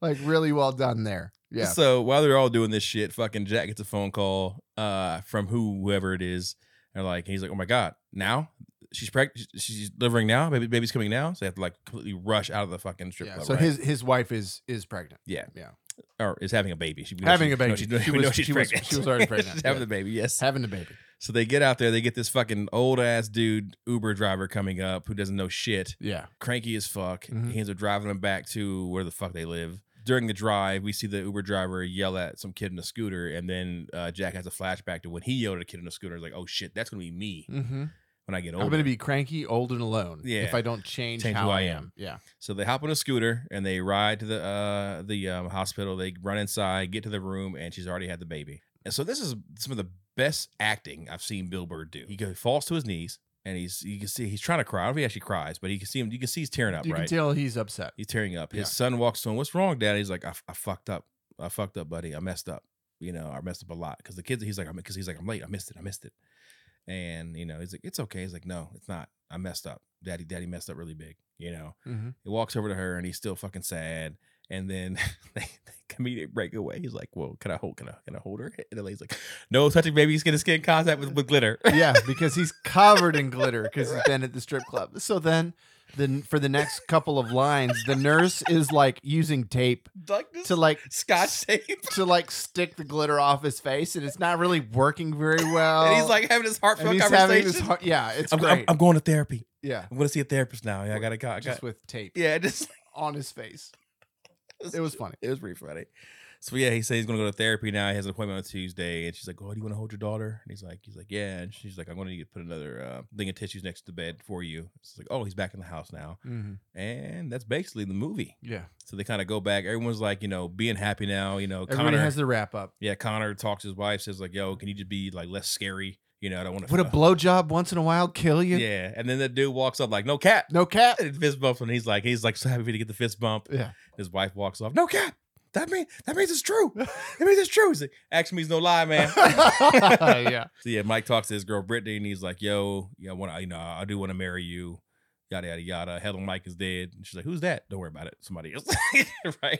Like really well done there. Yeah.
So while they're all doing this shit, fucking Jack gets a phone call uh from who whoever it is. They're like, he's like, oh my god, now she's pregnant. She's delivering now. Baby, baby's coming now. So they have to like completely rush out of the fucking strip
Yeah,
club.
so
right?
his his wife is is pregnant.
Yeah.
Yeah.
or is having a baby. She, we know
Having
she-
a baby.
No, she,
She
we know
was-
she's
she was-
pregnant.
she was
[laughs]
already pregnant.
She's having the
Yeah.
baby. Yes.
Having the baby.
So they get out there. They get this fucking old ass dude Uber driver coming up who doesn't know shit,
Yeah.
cranky as fuck.
Mhm.
He ends up driving them back to where the fuck they live. During the drive, we see the Uber driver yell at some kid in a scooter, and then uh, Jack has a flashback to when he yelled at a kid in a scooter. He's like, "Oh shit, that's gonna be me
Mm-hmm.
when I get
I'm
older."
going to be cranky, old, and alone.
Yeah.
If I don't change,
Change
how
who
I
I
am.
am.
Yeah.
So they hop on a scooter and they ride to the uh, the um, hospital. They run inside, get to the room, and she's already had the baby. And so this is some of the best acting I've seen Bill Burr do. He goes, falls to his knees and he's you can see he's trying to cry. I don't know if he actually cries, but he can see him. You can see he's tearing up.
you
right?
can tell he's upset.
he's tearing up. His
Yeah.
son walks to him. What's wrong, Dad? He's like, I, I fucked up. I fucked up, buddy. I messed up. You know, I messed up a lot because the kids. He's like, I'm because he's like, I'm late. I missed it. I missed it. And you know, he's like, it's okay. He's like, no, it's not. I messed up, Daddy. Daddy messed up really big. You know.
Mhm.
He walks over to her and he's still fucking sad. And then [laughs] they, they comedic break away. He's like, "Well, can I hold? Can I? Can I hold her?" And the lady's like, "No touching, baby. Skin to skin contact with, with glitter."
yeah, because he's covered in glitter because he's been at the strip club. So then, then for the next couple of lines, the nurse is like using tape
like this [laughs]
to like
scotch tape.
to like stick the glitter off his face, and it's not really working very well.
and he's like having this
Oh. And
heartfelt
he's having
conversation.
this har- yeah, it's
I'm, I'm-
great.
I'm going to therapy.
yeah,
I'm going to see a therapist now. Yeah, I gotta go. I
just
got,
with tape
yeah, [laughs] just
on his face. It was funny.
It was pretty funny. So yeah, he said he's gonna go to therapy now. He has an appointment on Tuesday, and she's like, "Oh, do you want to hold your daughter?" And he's like, "He's like, yeah." And she's like, "I'm gonna need to put another uh, thing of tissues next to the bed for you." It's like, "Oh, he's back in the house now,"
Mm-hmm.
and that's basically the movie.
Yeah,
So they kind of go back. Everyone's like, you know, being happy now. You know,
everybody
Connor.
has their wrap up.
yeah, Connor talks to his wife, says like, "Yo, can you just be like less scary?" You know, I don't want to. [laughs]
Would a blowjob once in a while kill you?
Yeah, and then the dude walks up like, "No cat."
No cat.
And fist bumps, and he's like, he's like so happy to get the fist bump.
Yeah.
His wife walks off. No cat. That mean that means it's
[laughs]
true. It means it's true. He's like, Action means no lie, man. so
[laughs] yeah.
yeah, [laughs] Mike talks to his girl Brittany, and he's like, "Yo, yeah, I want to, you know, I do want to marry you." Yada yada yada. Helen Mike is dead. And she's like, "Who's that?" Don't worry about it. Somebody else, [laughs] right?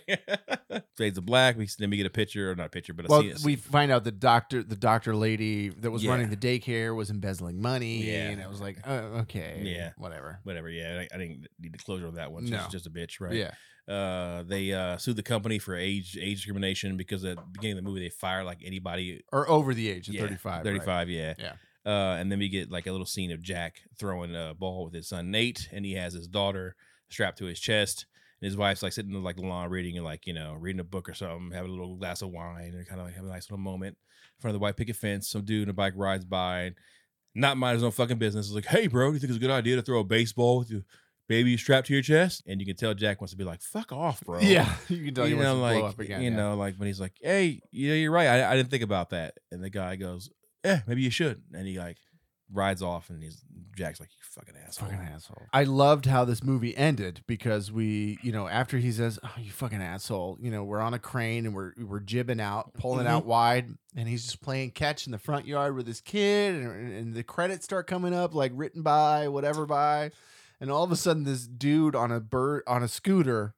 Fades to black. We then we get a picture, or not a picture, but a
well,
scene- a
we find out the doctor, the doctor lady that was
Yeah.
running the daycare was embezzling money,
Yeah.
and it was like, oh, okay,
Yeah.
whatever,
whatever. Yeah, I, I didn't need to closure on that one. She's
No.
just a bitch, right?
yeah,
Uh, they uh, sued the company for age age discrimination because at the beginning of the movie they fire like anybody
or over the age of
yeah,
thirty five,
35 yeah
Yeah.
uh, and then we get like a little scene of Jack throwing a ball with his son Nate, and he has his daughter strapped to his chest, and his wife's like sitting in like the lawn reading, and like you know reading a book or something, having a little glass of wine, and kind of like having a nice little moment in front of the white picket fence. Some dude in a bike rides by, and not mind his own fucking business. Is like, hey bro, do you think it's a good idea to throw a baseball with your baby strapped to your chest? And you can tell Jack wants to be like, fuck off, bro
[laughs] yeah, you can tell
you
you
know,
like,
like
blow up again,
you
yeah.
know, like when he's like, "Hey, you know, you're right. I, I didn't think about that." And the guy goes, "Yeah, maybe you should." And he like rides off, and he's Jack's like, "You fucking asshole." [laughs]
fucking asshole. I loved how this movie ended because we, you know, after he says, "Oh, you fucking asshole," you know, we're on a crane and we're we're jibbing out, pulling
Mhm.
out wide, and he's just playing catch in the front yard with his kid, and, and the credits start coming up, like written by, whatever by, and all of a sudden, this dude on a bird on a scooter,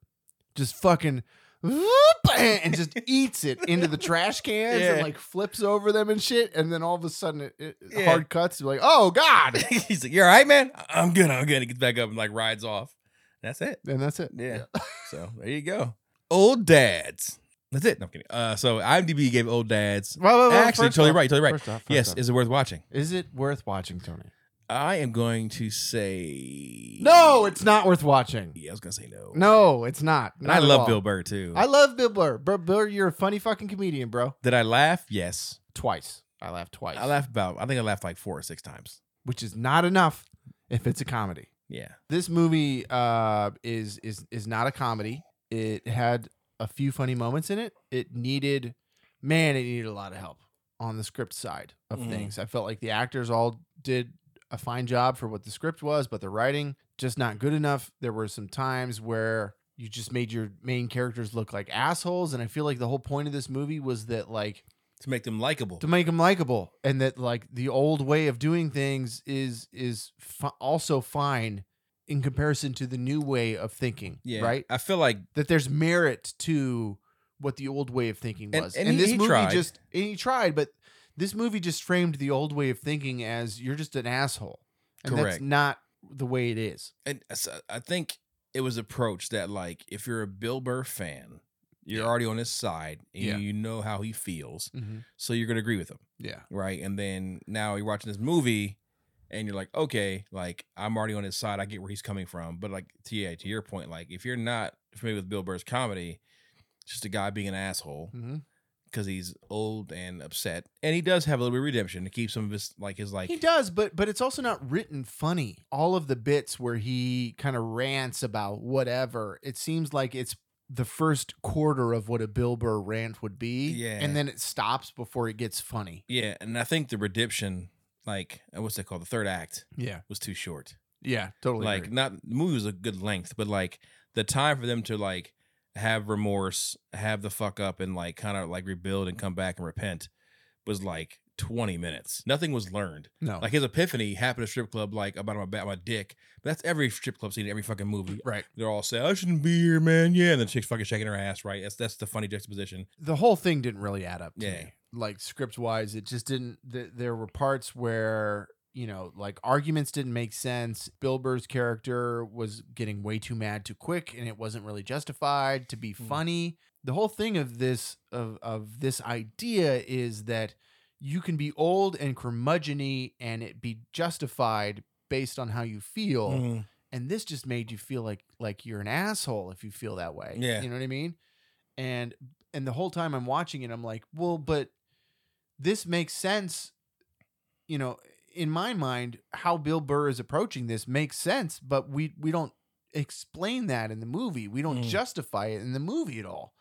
just fucking. whoop, [laughs] And just eats it into the trash cans and
Yeah.
like flips over them and shit. And then all of a sudden, it, it
Yeah.
hard cuts. You're like, oh God.
he's like, "You're all right, man. "I- I'm good. I'm good." He gets back up and like rides off. That's it.
And that's it.
Yeah. so there you go. Old dads. That's it. No, I'm kidding. Uh, so IMDb gave old dads.
Well, well, well,
Actually,
Oh, first
totally
off-
right. Totally right.
first off, first
yes,
off,
is it worth watching?
is it worth watching, Tony?
I am going to say
No, it's not worth watching.
Yeah, I was gonna say no.
No, it's not.
and
Not
I
at
love
all.
Bill Burr too.
I love Bill Burr. Bill Burr, you're a funny fucking comedian, bro.
Did I laugh? Yes.
Twice, I laughed twice.
I laughed about. I think I laughed like four or six times.
which is not enough if it's a comedy.
Yeah.
This movie uh, is is is not a comedy. It had a few funny moments in it. It needed, man, it needed a lot of help on the script side of
Mhm.
things. I felt like the actors all did a fine job for what the script was, but the writing just not good enough. There were some times where you just made your main characters look like assholes, and I feel like the whole point of this movie was that like
To make them likable.
to make them likable and that like the old way of doing things is is fi- also fine in comparison to the new way of thinking
Yeah.
right
I feel like
that there's merit to what the old way of thinking
And-
was
and he-
this
he
movie
tried.
just and he tried but this movie just framed the old way of thinking as you're just an asshole And that's
Correct.
not the way it is.
and s- uh, I think it was approached that like if you're a Bill Burr fan, you're already on his side and
Yeah.
you know how he feels, so you're gonna agree with him,
Mm-hmm. Yeah.
right? And then now you're watching this movie, and you're like, okay, like I'm already on his side. I get where he's coming from, but like, to- yeah, to your point, like if you're not familiar with Bill Burr's comedy, it's just a guy being an asshole
Mm-hmm.
because he's old and upset, and he does have a little bit of redemption to keep some of his like his like
he does, but but it's also not written funny. All of the bits where he kind of rants about whatever, it seems like it's the first quarter of what a Bill Burr rant would be.
Yeah.
And then it stops before it gets funny.
yeah, and I think the redemption, like uh, what's that called, the third act.
Yeah.
was too short.
Yeah. Totally.
like not the movie was a good length, but like the time for them to like have remorse, have the fuck up and like kind of like rebuild and come back and repent was like 20 minutes. Nothing was learned.
no.
Like his epiphany happened at a strip club, like about my back, my dick. But that's every strip club scene, in every fucking movie.
right.
They're all saying, "I shouldn't be here, man." Yeah, and the chick's fucking shaking her ass, right? That's that's the funny juxtaposition.
the whole thing didn't really add up to
Yeah.
me. Like script wise, it just didn't. Th- there were parts where you know, like arguments didn't make sense. Bill Burr's character was getting way too mad too quick, and it wasn't really justified to be
Mm.
funny. The whole thing of this of of this idea is that you can be old and curmudgeony and it be justified based on how you feel and this just made you feel like like you're an asshole if you feel that way
Yeah.
you know what i mean and and the whole time i'm watching it i'm like well but this makes sense you know in my mind how bill burr is approaching this makes sense but we we don't explain that in the movie we don't
Mm.
justify it in the movie at all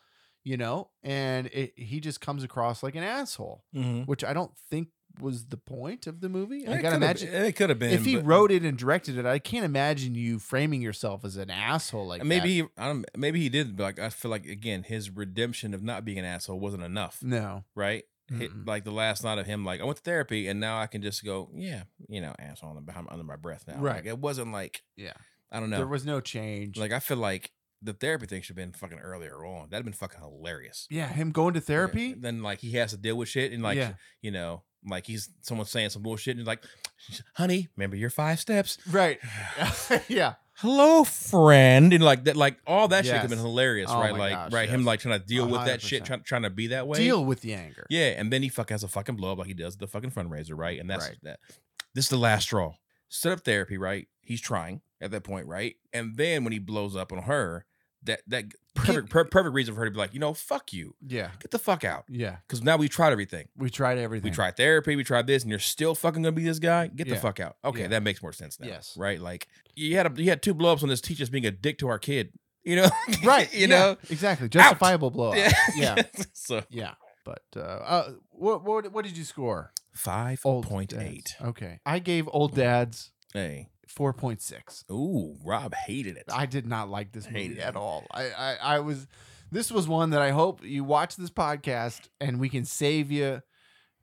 you know and it, he just comes across like an asshole
Mm-hmm.
which i don't think was the point of the movie i gotta imagine
it could have been
if he
but-
wrote it and directed it, I can't imagine you framing yourself as an asshole like
maybe he, I don't, maybe he did, but like I feel like again his redemption of not being an asshole wasn't enough,
that. No.
right? Hit-
Mm-mm.
like the last night of him, like I went to therapy and now I can just go, yeah, you know, asshole on the behind under my breath now.
Right.
Like, it wasn't like
Yeah.
I don't know,
There was no change.
like I feel like the therapy thing should have been fucking earlier on. That'd have been fucking hilarious.
yeah, him going to therapy.
And then like he has to deal with shit and like [laughs]
Yeah.
you know, like he's someone saying some bullshit and he's like, honey, remember your five
[sighs]
steps.
Right. [laughs] yeah.
hello friend and like that like all that shit could have been
Yes.
hilarious
Oh
right
my
like
gosh,
right him
yes.
like trying to deal with that shit
100%.
trying, trying to be that way
Deal with the anger.
yeah and then he fuck has a fucking blow up like he does the fucking fundraiser right and that's
Right.
that this is the last straw set up therapy right he's trying at that point right and then when he blows up on her that that perfect per- perfect reason for her to be like you know fuck you
Yeah.
get the fuck out
Yeah.
because now we tried everything
We tried everything.
we tried therapy, we tried this, and you're still fucking gonna be this guy. Get
Yeah.
the fuck out. Okay,
Yeah.
that makes more sense now.
Yes.
right. Like you had a, you had two blowups on this teacher just being a dick to our kid. You know,
[laughs]
[laughs]
Right.
you
yeah,
know.
Exactly. Justifiable blow up.
Yeah. [laughs]
Yeah.
so
yeah. But uh, uh what, what what did you score?
five
Old
point
Dads.
eight.
Okay. I gave Old Dads
Hey,
4.6.
ooh, Rob hated it.
I did not like this
Hated
movie
it.
at all. I, I, I was this was one that I hope you watch this podcast and we can save you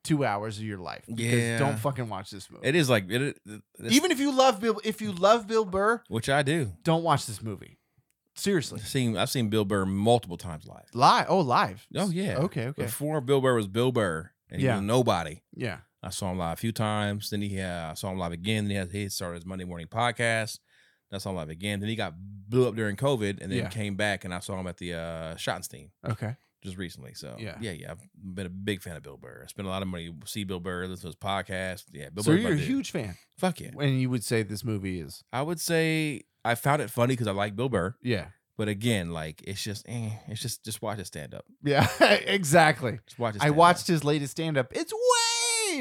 two hours of your life. Because
Yeah.
don't fucking watch this movie.
it is like it, it- it's-
Even if you love Bill if you love Bill Burr,
which I do.
don't watch this movie. Seriously.
I've seen I've seen Bill Burr multiple times live.
Live oh live.
Oh, yeah.
Okay, okay.
Before Bill Burr was Bill Burr and he
Yeah.
was nobody.
Yeah.
I saw him live a few times. Then he, uh, I saw him live again. Then he, has, he started his Monday morning podcast. Then I saw him live again. Then he got blew up during COVID, and then
Yeah.
came back. And I saw him at the uh, Schottenstein
Okay.
just recently. So
Yeah.
yeah, yeah. I've been a big fan of Bill Burr. I spent a lot of money to see Bill Burr, listen to his podcast. Yeah, Bill
so
Burr's my
you're a
dude.
huge fan.
Fuck yeah.
And you would say this movie is
I would say I found it funny because I like Bill Burr,
Yeah.
but again, like it's just, eh, it's just, just watch his stand up.
Yeah. [laughs] exactly.
Just watch. His
I
stand-up.
watched his latest stand up. It's way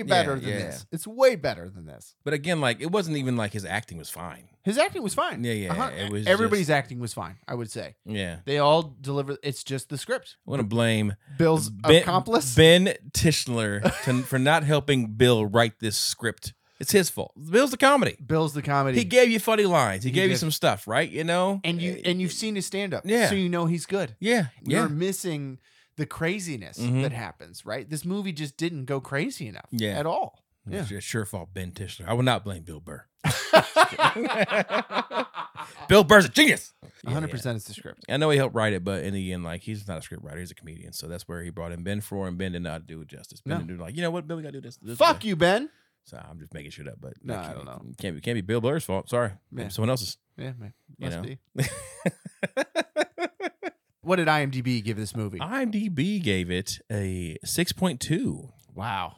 better than
yeah.
this. It's way better than this.
but again, like it wasn't even like his acting was fine.
His acting was fine.
Yeah, yeah,
Uh-huh.
it was
everybody's acting was fine. I would say
Yeah,
they all deliver. It's just the script.
I want to blame
Bill's
Ben,
accomplice.
Ben Tischler to,
[laughs]
for not helping Bill write this script. It's his fault. Bill's the comedy.
Bill's the comedy.
He gave you funny lines. He,
He
gave you
did.
some stuff, right? You know,
and you and you've seen his stand up.
eh, Yeah.
So you know he's good.
yeah,
You're
yeah,
missing the craziness
Mhm.
that happens. Right. This movie just didn't go crazy enough.
Yeah.
At all.
[laughs]
yeah.
It's your sure fault, Ben Tischler. I will not blame Bill Burr. Bill Burr's a genius. Yeah,
One hundred
yeah.
percent is the script.
I know he helped write it, but in the end, like he's not a script writer; he's a comedian. So that's where he brought in Ben for, and Ben did not do it justice. Ben
No.
did like, you know what, Bill, we gotta do this. this
Fuck
way."
you, Ben.
So I'm just making shit up, but
No,
that
I
can't-
don't
Can't be can't be Bill Blair's fault. Sorry,
Yeah.
someone
[laughs]
else's.
Yeah, man.
You
Must
know.
be. What did IMDb give this movie?
IMDb gave it a 6.2.
Wow,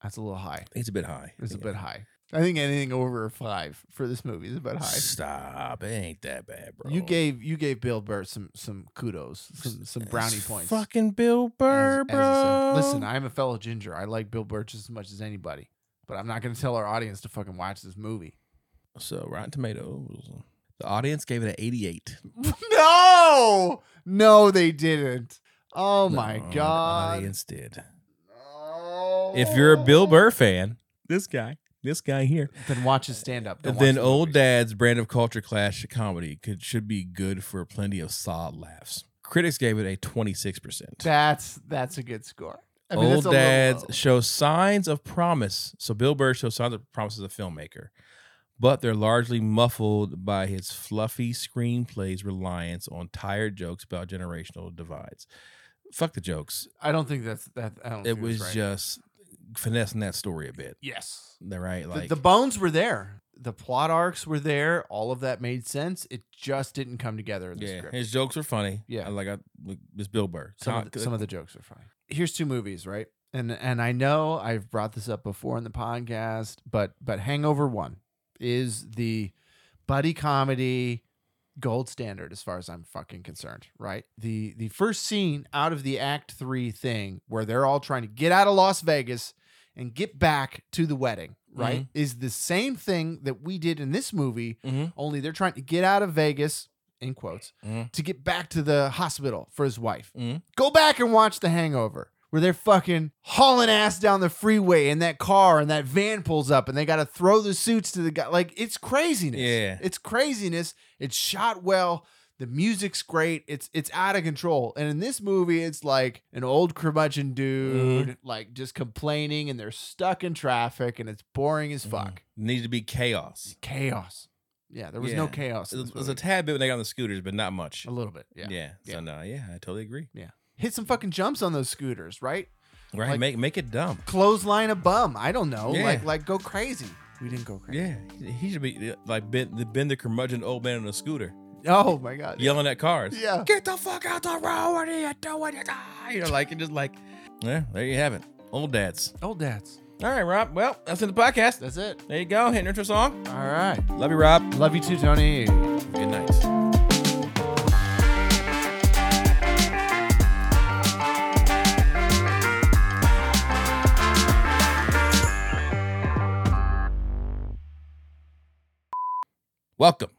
that's a little high.
It's a bit high.
It's a
Yeah.
bit high. I think anything over a five for this movie is a bit high.
Stop! It ain't that bad, bro.
You gave you gave Bill Burr some some kudos, some some
It's
brownie points.
Fucking Bill
as-
Burr,
as a
bro.
son. Listen, I'm a fellow ginger. I like Bill Burr just as much as anybody, but I'm not going to tell our audience to fucking watch
[laughs]
this movie.
so Rotten Tomatoes, the audience gave it an 88.
no, no, they didn't. Oh my
No, the
god!
audience did. If you're a Bill Burr fan, Oh. this guy, this guy here,
then watch his stand up.
then old dad's brand of culture clash comedy could should be good for plenty of solid laughs. Critics gave it a 26%.
That's that's a good score. I mean,
Old
that's a little
dads
low.
show signs of promise. So Bill Burr shows signs of promise as a filmmaker, but they're largely muffled by his fluffy screenplay's reliance on tired jokes about generational divides. Fuck the jokes.
I don't think that's that. I don't.
It
think
was
that's right.
just finessing that story a bit.
yes.
They're right.
The-
Like
the, bones were there. The plot arcs were there. All of that made sense. It just didn't come together in the
yeah,
script.
his jokes are funny.
Yeah.
I like I like, it's Bill Burr.
Some,
Con-
of the, some of the jokes are funny. Here's two movies, right? And and I know I've brought this up before in the podcast, but but Hangover One is the buddy comedy gold standard as far as I'm fucking concerned, right? The the first scene out of the act 3 thing where they're all trying to get out of Las Vegas and get back to the wedding, right? Is the same thing that we did in this movie,
Mhm.
only they're trying to get out of Vegas in quotes
Mhm.
to get back to the hospital for his wife.
Mhm.
Go back and watch The Hangover. Where they're fucking hauling ass down the freeway and that car and that van pulls up and they got to throw the suits to the guy. Like, it's craziness.
Yeah.
It's craziness. It's shot well. The music's great. It's it's out of control. And in this movie, it's like an old curmudgeon
Mm-hmm.
dude, like just complaining, and they're stuck in traffic, and it's boring
Mm-hmm.
as fuck.
needed to be chaos.
Chaos. Yeah, there was no
Yeah.
chaos.
It
in
was,
this
it was a
movie.
tad bit when they got on the scooters, but not much.
a little bit. Yeah.
yeah.
Yeah.
So no, yeah, I totally agree.
Hit some fucking jumps on those scooters, right?
Right.
Like-
make make it dumb.
Clothesline a bum. I don't know.
Yeah.
Like like go crazy. We didn't go crazy.
Yeah, he- he should be uh, like been the been the curmudgeon old man on a scooter,
Oh my god.
yelling at cars.
Yeah.
Get the fuck out the road! What are you doing? You die!" You know, like and just like, yeah. There you have it, old dads.
Old dads.
All right, Rob. Well, that's in the podcast.
That's it.
There you go. Hit an intro song.
All right.
Love you, Rob.
Love you too, Tony.
Good night. Welcome.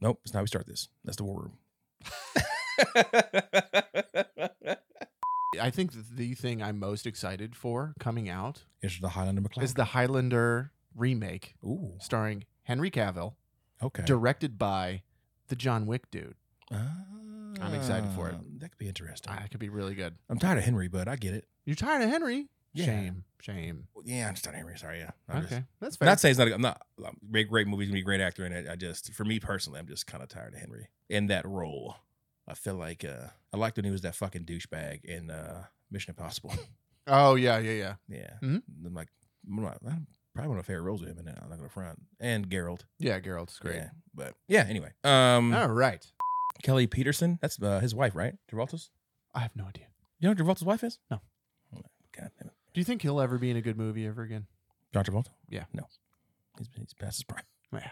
Nope, it's not how we start this. That's the
[laughs]
war room.
I think that the thing I'm most excited for coming out
Is the Highlander McCloud?
is the Highlander remake
Ooh,
starring Henry Cavill,
okay.
directed by the John Wick dude.
I'm
excited for it.
That could be interesting.
Ah, That could be really good.
I'm tired of Henry, but I get it.
You're tired of Henry?
Yeah.
Shame. Shame.
Yeah, I'm just tired of Henry. Sorry, yeah. I'm just-
Okay. That's
I'm
fair.
not saying it's not. A, I'm not. I'm great, great movie. He's gonna be a great actor in it. I just, for me personally, I'm just kind of tired of Henry in that role. I feel like uh, I liked when he was that fucking douchebag in uh, Mission
[laughs]
Impossible.
oh yeah, yeah, yeah.
yeah,
Mhm.
I'm like, I'm not, I'm probably one of my favorite roles of him in it. I'm not gonna front and Geralt.
Yeah, Geralt's great.
Yeah, but yeah. Anyway, um,
All right.
Kelly Peterson. That's uh, his wife, right? Travolta's.
I have no idea.
You know who Travolta's wife is?
No.
Oh, God damn it.
Do you think he'll ever be in a good movie ever again?
John Travolta.
Yeah.
No. He's, he's past his prime.
Yeah.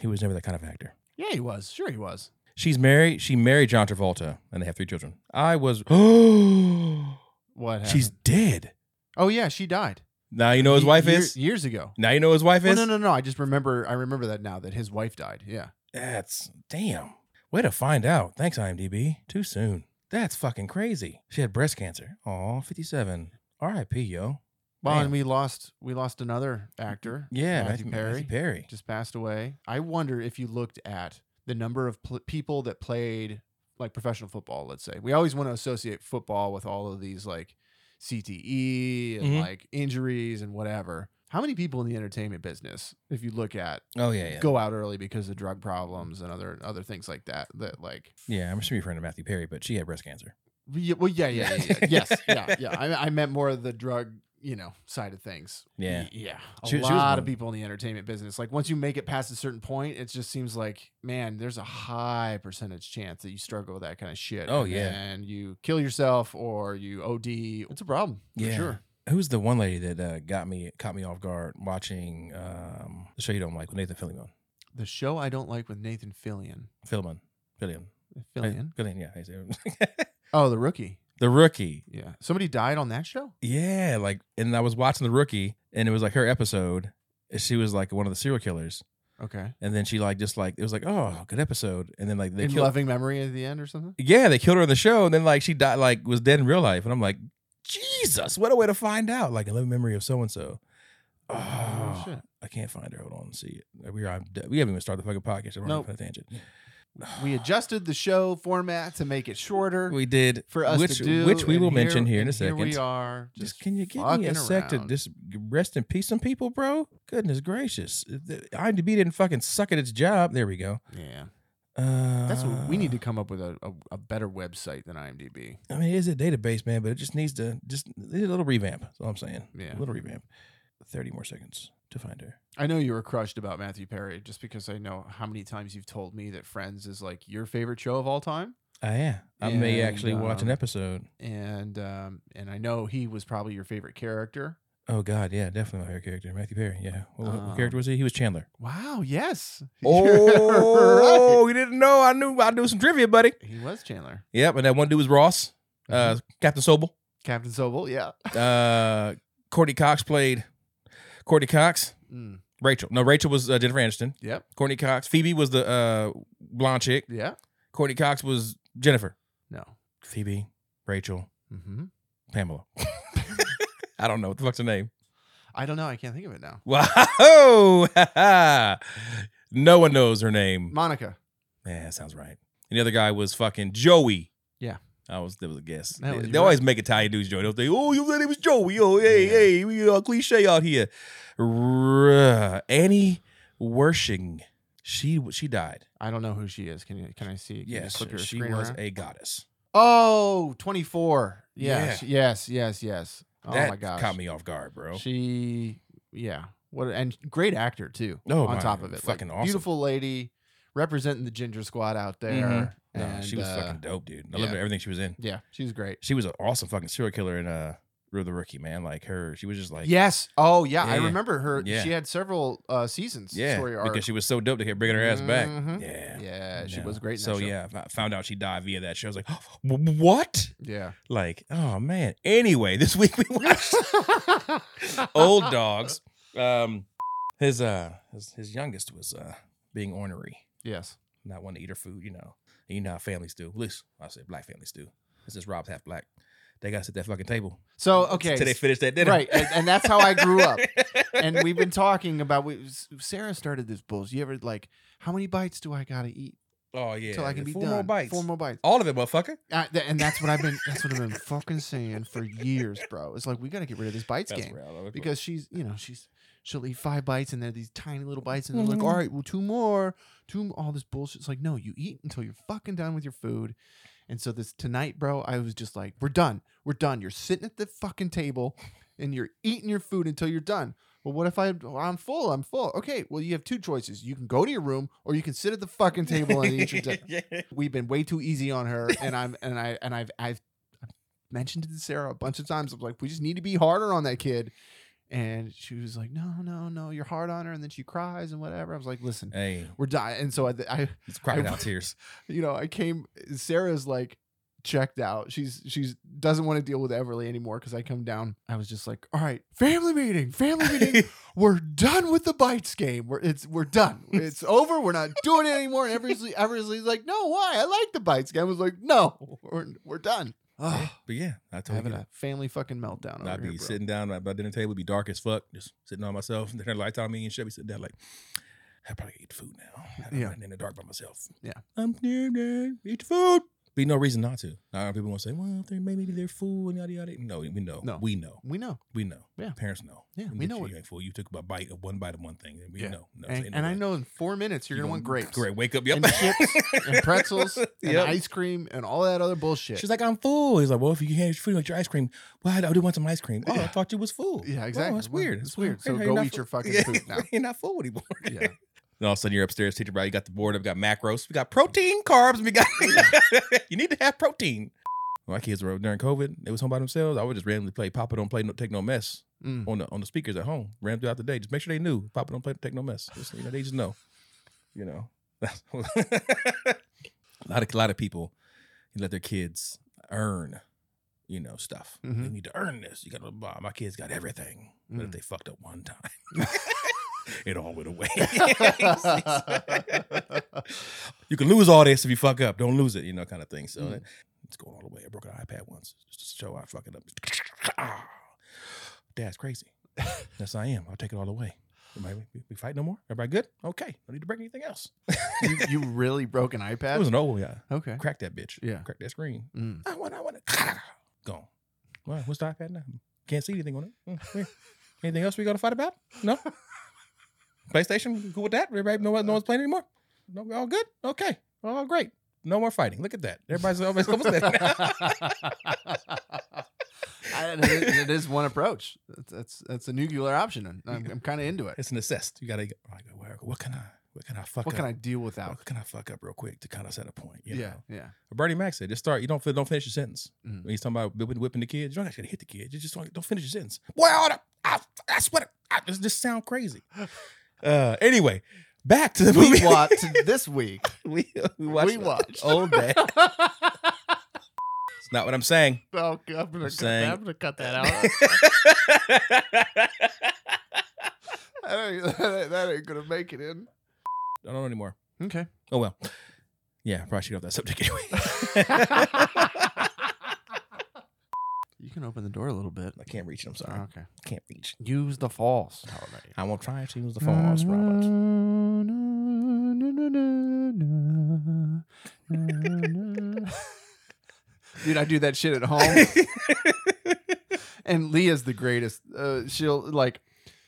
He was never that kind of actor.
Yeah, he was. Sure, he was.
She's married. She married John Travolta, and they have three children. I [gasps] was. Oh,
What? Happened?
she's dead.
Oh yeah, she died.
Now you Oh, know his wife
Ye- year-
is.
years ago.
Now you know his wife
Well,
is.
no, no, no. I just remember. I remember that now that his wife died. Yeah.
That's damn. Way to find out. Thanks, IMDb. Too soon. That's fucking crazy. She had breast cancer. Aw, 57. R.I.P. Yo.
Well,
Man.
and we lost. We lost another actor.
Yeah,
Matthew, Perry
Perry.
just passed away. I wonder if you looked at the number of pl- people that played like professional football. Let's say we always want to associate football with all of these like CTE and
Mhm.
like injuries and whatever. How many people in the entertainment business, if you look at
Oh yeah, yeah.
go out early because of drug problems and other other things like that. That like,
Yeah, I'm sure you're a friend of Matthew Perry, but she had breast cancer. [laughs]
yeah, well, yeah, yeah, yeah, yeah. yes, yeah, yeah. I, I meant more of the drug, you know side of things.
Yeah.
Y- yeah. A
She- she was
lot
one-
of people in the entertainment business, like once you make it past a certain point, it just seems like man, there's a high percentage chance that you struggle with that kind of shit.
Oh,
and
yeah.
and you kill yourself or you OD. It's a problem. for
Yeah.
sure.
Who's the one lady that uh, got me caught me off guard watching um, the show you don't like with Nathan Fillion?
The show I don't like with Nathan Fillion.
Fillion. Fillion.
Fillion.
Fillion. Yeah. I see.
Oh, the rookie.
[laughs] the rookie.
Yeah. Somebody died on that show.
Yeah, like, and I was watching the rookie, and it was like her episode. and She was like one of the serial killers,
Okay.
and then she like just like it was like, oh, good episode, and then like they
In
killed,
loving memory at the end or something.
yeah, they killed her in the show, and then like she died, like was dead in real life, and I'm like, Jesus, what a way to find out, like in living memory of so and so.
Oh,
Oh,
shit.
I can't find her. Hold on, see it. We are. We haven't even started the fucking podcast. I'm
Nope.
on a tangent.
We adjusted the show format to make it shorter
We did
for us
which
to do,
which we
and
will mention here in a
and
second.
Here we are.
Just,
Just,
can you give me
fucking
a sec to
around.
just rest in peace, some people, bro? Goodness gracious, The IMDb didn't fucking suck at its job. There we go.
yeah.
Uh,
That's what we need to come up with a, a, a better website than IMDb.
Uh, I mean, it is a database, man, but it just needs to just it needs a little revamp. That's all I'm saying.
Yeah.
a little revamp. Thirty more seconds to find her.
I know you were crushed about Matthew Perry just because I know how many times you've told me that Friends is like your favorite show of all time.
Ah, yeah. I may
And,
actually watch an
um,
episode.
And um, and I know he was probably your favorite character.
Oh God, yeah, definitely my favorite character, Matthew Perry. Yeah, what, what
Um,
character was he? He was
[laughs]
Chandler.
Wow, yes. You're
Oh,
right.
you didn't know? I knew. I knew some trivia, buddy.
He was Chandler.
Yep, and that one dude was Ross, uh,
Mm-hmm.
Captain Sobel.
Captain Sobel, yeah.
uh, Courtney Cox played Courtney Cox.
Mm,
Rachel. No, Rachel was uh, Jennifer Aniston.
Yep.
Courtney Cox. Phoebe was the uh, blonde chick.
Yeah.
Courtney Cox was Jennifer.
No.
Phoebe, Rachel,
Mm-hmm.
Pamela. [laughs] I don't know what the fuck's her name. [laughs]
I don't know. I can't think of it now.
Wow. [laughs] no one knows her name.
Monica.
Yeah, that sounds right. And the other guy was fucking Joey.
Yeah.
I was that was a guess.
That
they
was
they
your-
always make Italian dudes Joey. They'll say, "Oh, your name was Joey. Oh, hey,
Yeah.
hey, we are cliche out here." R- Annie Wershing, she she died.
I don't know who she is. Can you can I see? Can you
Yes,
just flick her
she
screen
was
around?
a goddess.
Oh, 24.
Yeah.
Yeah. she- yes, yes, yes. Oh
that
my gosh.
caught me off guard, bro.
She yeah. What and great actor too.
Oh,
on
my-
top of it.
fucking awesome.
Beautiful lady representing the ginger squad out there.
Mhm. No,
And,
she was
uh,
fucking dope, dude. I loved
yeah.
everything she was in.
Yeah, she's great.
She was an awesome fucking serial killer in uh, Rue the Rookie, man. Like her, she was just like,
yes. Oh yeah,
Yeah,
I
yeah.
remember her.
Yeah.
She had several uh seasons
yeah,
story arc.
because she was so dope to keep bringing her ass back.
Mhm.
Yeah,
yeah, she
no.
was great in
So
that show.
yeah, I found out she died via that show. I was like, [gasps] "Wh- what?
Yeah.
Like, oh man. Anyway, [laughs] this week we
[laughs]
watched [laughs] Old Dogs. Um, his uh, his, his youngest was uh being ornery,
Yes.
not wanting to eat her food. You know, you know how families do. At least I say black families do. This is Rob's half black. They gotta sit that fucking table.
So Oh, okay.
till they finish that dinner.
right, and, and that's how I
[laughs]
grew up. and we've been talking about we, Sarah started this bulls. You ever like how many bites do I gotta eat
oh yeah,
till I can be
four
done?
more bites.
Four more bites.
All of it, motherfucker.
Uh, th- and that's what I've been. That's what I've been fucking saying for years, bro. It's like we gotta get rid of this bites
That's
game
where I love it.
because she's, you know, she's she'll eat five bites and they're these tiny little bites and they're like, all right, well, two more, two m- all this bullshit. It's like, no, you eat until you're fucking done with your food. And so this tonight, bro, I was just like, we're done, we're done. You're sitting at the fucking table and you're eating your food until you're done. Well, what if I, well, I'm full, I'm full. Okay, well, you have two choices. You can go to your room or you can sit at the fucking table and
[laughs]
eat your dinner
Yeah.
we've been way too easy on her and i'm and i and i've i've mentioned it to sarah a bunch of times i'm like we just need to be harder on that kid and she was like no no no you're hard on her and then she cries and whatever i was like listen
Hey,
we're dying and so i, I
it's crocodile tears.
[laughs] you know i came sarah's like checked out she's she's doesn't want to deal with everly anymore because i come down i was just like all right family meeting family meeting we're done with the bites game. We're it's we're done. It's over. We're not doing it anymore. And Eversley, Eversley's like, no, why? I like the bites game. I was like, no, [laughs] we're we're done. Ugh,
[laughs] but yeah, I told
having
you.
a family fucking meltdown. Over
I'd be
here, bro.
sitting down at my dinner table, it'd be dark as fuck, just sitting on myself. [laughs] And then lights on me and shit, be sitting down like, I probably eat food now. I don't
Yeah.
want it in the dark by myself.
Yeah.
I'm scared, man. Eat the food. be no reason not to. Now people want to say, well, they maybe they're fool and yada yada. No, we know.
No.
We know.
We know.
We know.
Yeah.
Parents know.
Yeah,
And
we
that
know
You
it.
ain't fool. You took a bite of one bite of one thing. And we
Yeah.
know. No,
And,
ain't no
and I
way.
know in four minutes you're
You
gonna want grapes.
Great. Wake up. Yep.
And chips
[laughs]
and pretzels and
Yep.
ice cream and all that other bullshit.
She's like, I'm full. He's like, well, if you can't food with your ice cream, well, I do want some ice cream. Oh, I
Yeah.
thought you was full.
Yeah, exactly.
it's
Well,
weird.
it's
It's
weird. So
You're
go
not
eat your fucking food now.
[laughs] You're not full anymore. [laughs]
[laughs] yeah.
And all of a sudden, you're upstairs, teacher Brian. You got the board. I've got macros. We got protein, carbs. We got. [laughs] you need to have protein. My kids were during COVID. They was home by themselves. I would just randomly play Papa Don't Play No Take No Mess [laughs]
Mm.
on the on the speakers at home. Ran throughout the day. Just make sure they knew Papa Don't Play Take No Mess. Just, you know, they just know. You know, [laughs] a lot of a lot of people let their kids earn. You know stuff. They
Mhm.
need to earn this. You got to. blah. My kids got everything, but if
Mm.
they fucked up one
[laughs]
time, [laughs] it all went [laughs] away. you can lose all this if you fuck up. Don't lose it, you know, kind of thing. So
Mm.
it's going all the way. I broke an iPad once just to show I fuck it up. Ah. Dad's
[laughs]
crazy. yes, I am. I'll take it all away. Everybody, we, we fight no more? Everybody good? Okay. Don't need to break anything else.
[laughs] you, you really broke an
It
iPad?
was an old guy.
okay.
Crack that bitch.
Yeah.
Crack that screen.
Mm.
I want, I want it. [laughs] Gone. Well, what's the iPad now? Can't see anything on it. Mm, weird. anything else we got to fight about?
[laughs]
No. PlayStation, we cool with that? Everybody, no, one- no one's playing anymore. No, we all good. Okay, all great. No more fighting. Look at that. Everybody's always almost there. [laughs]
[laughs] I- it is- it is one approach. That's that's, that's a nuclear option. I'm, I'm kind of into it.
It's an assist. You gotta. go, all right, where- What can I? What can I fuck
What
up?
can I deal without?
What can I fuck up real quick to kind of set a point? You
Yeah,
know?
yeah.
Bernie Mac said, just start. You don't fi- don't finish your sentence.
Mhm.
When he's talking about whipping, whipping the kids, you don't actually hit the kids. You just don't, don't finish your sentence. Boy, all the, I, I swear, to- I, this just sound [laughs] crazy. Uh, anyway, back to the movie.
[laughs]
[laughs]
We watched [laughs] this week.
we, we
we
[laughs]
watched.
Old Dad.
oh,
It's not what I'm saying. [laughs]
God, I'm gonna, cut that,
saying-
I'm gonna cut that out. [laughs] that, ain't, [laughs] that ain't- that ain't gonna make it in.
don't know anymore.
[laughs] Okay.
Oh well. Yeah, probably should get off that subject anyway. [laughs]
you can open the door a little bit.
I can't reach it. I'm sorry.
Oh, okay.
can't reach.
Use the false.
I won't try to use the false, Robert.
Dude, I do that shit at home. and Leah's the greatest. Uh, she'll like,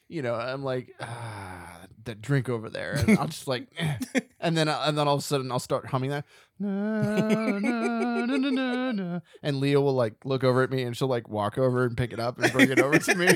you know, I'm like, ah, that drink over there, and I'll just like, eh. and then and then all of a sudden I'll start humming that, na, na, na, na, na, na. and Leah will like look over at me, and she'll like walk over and pick it up and bring it over to me.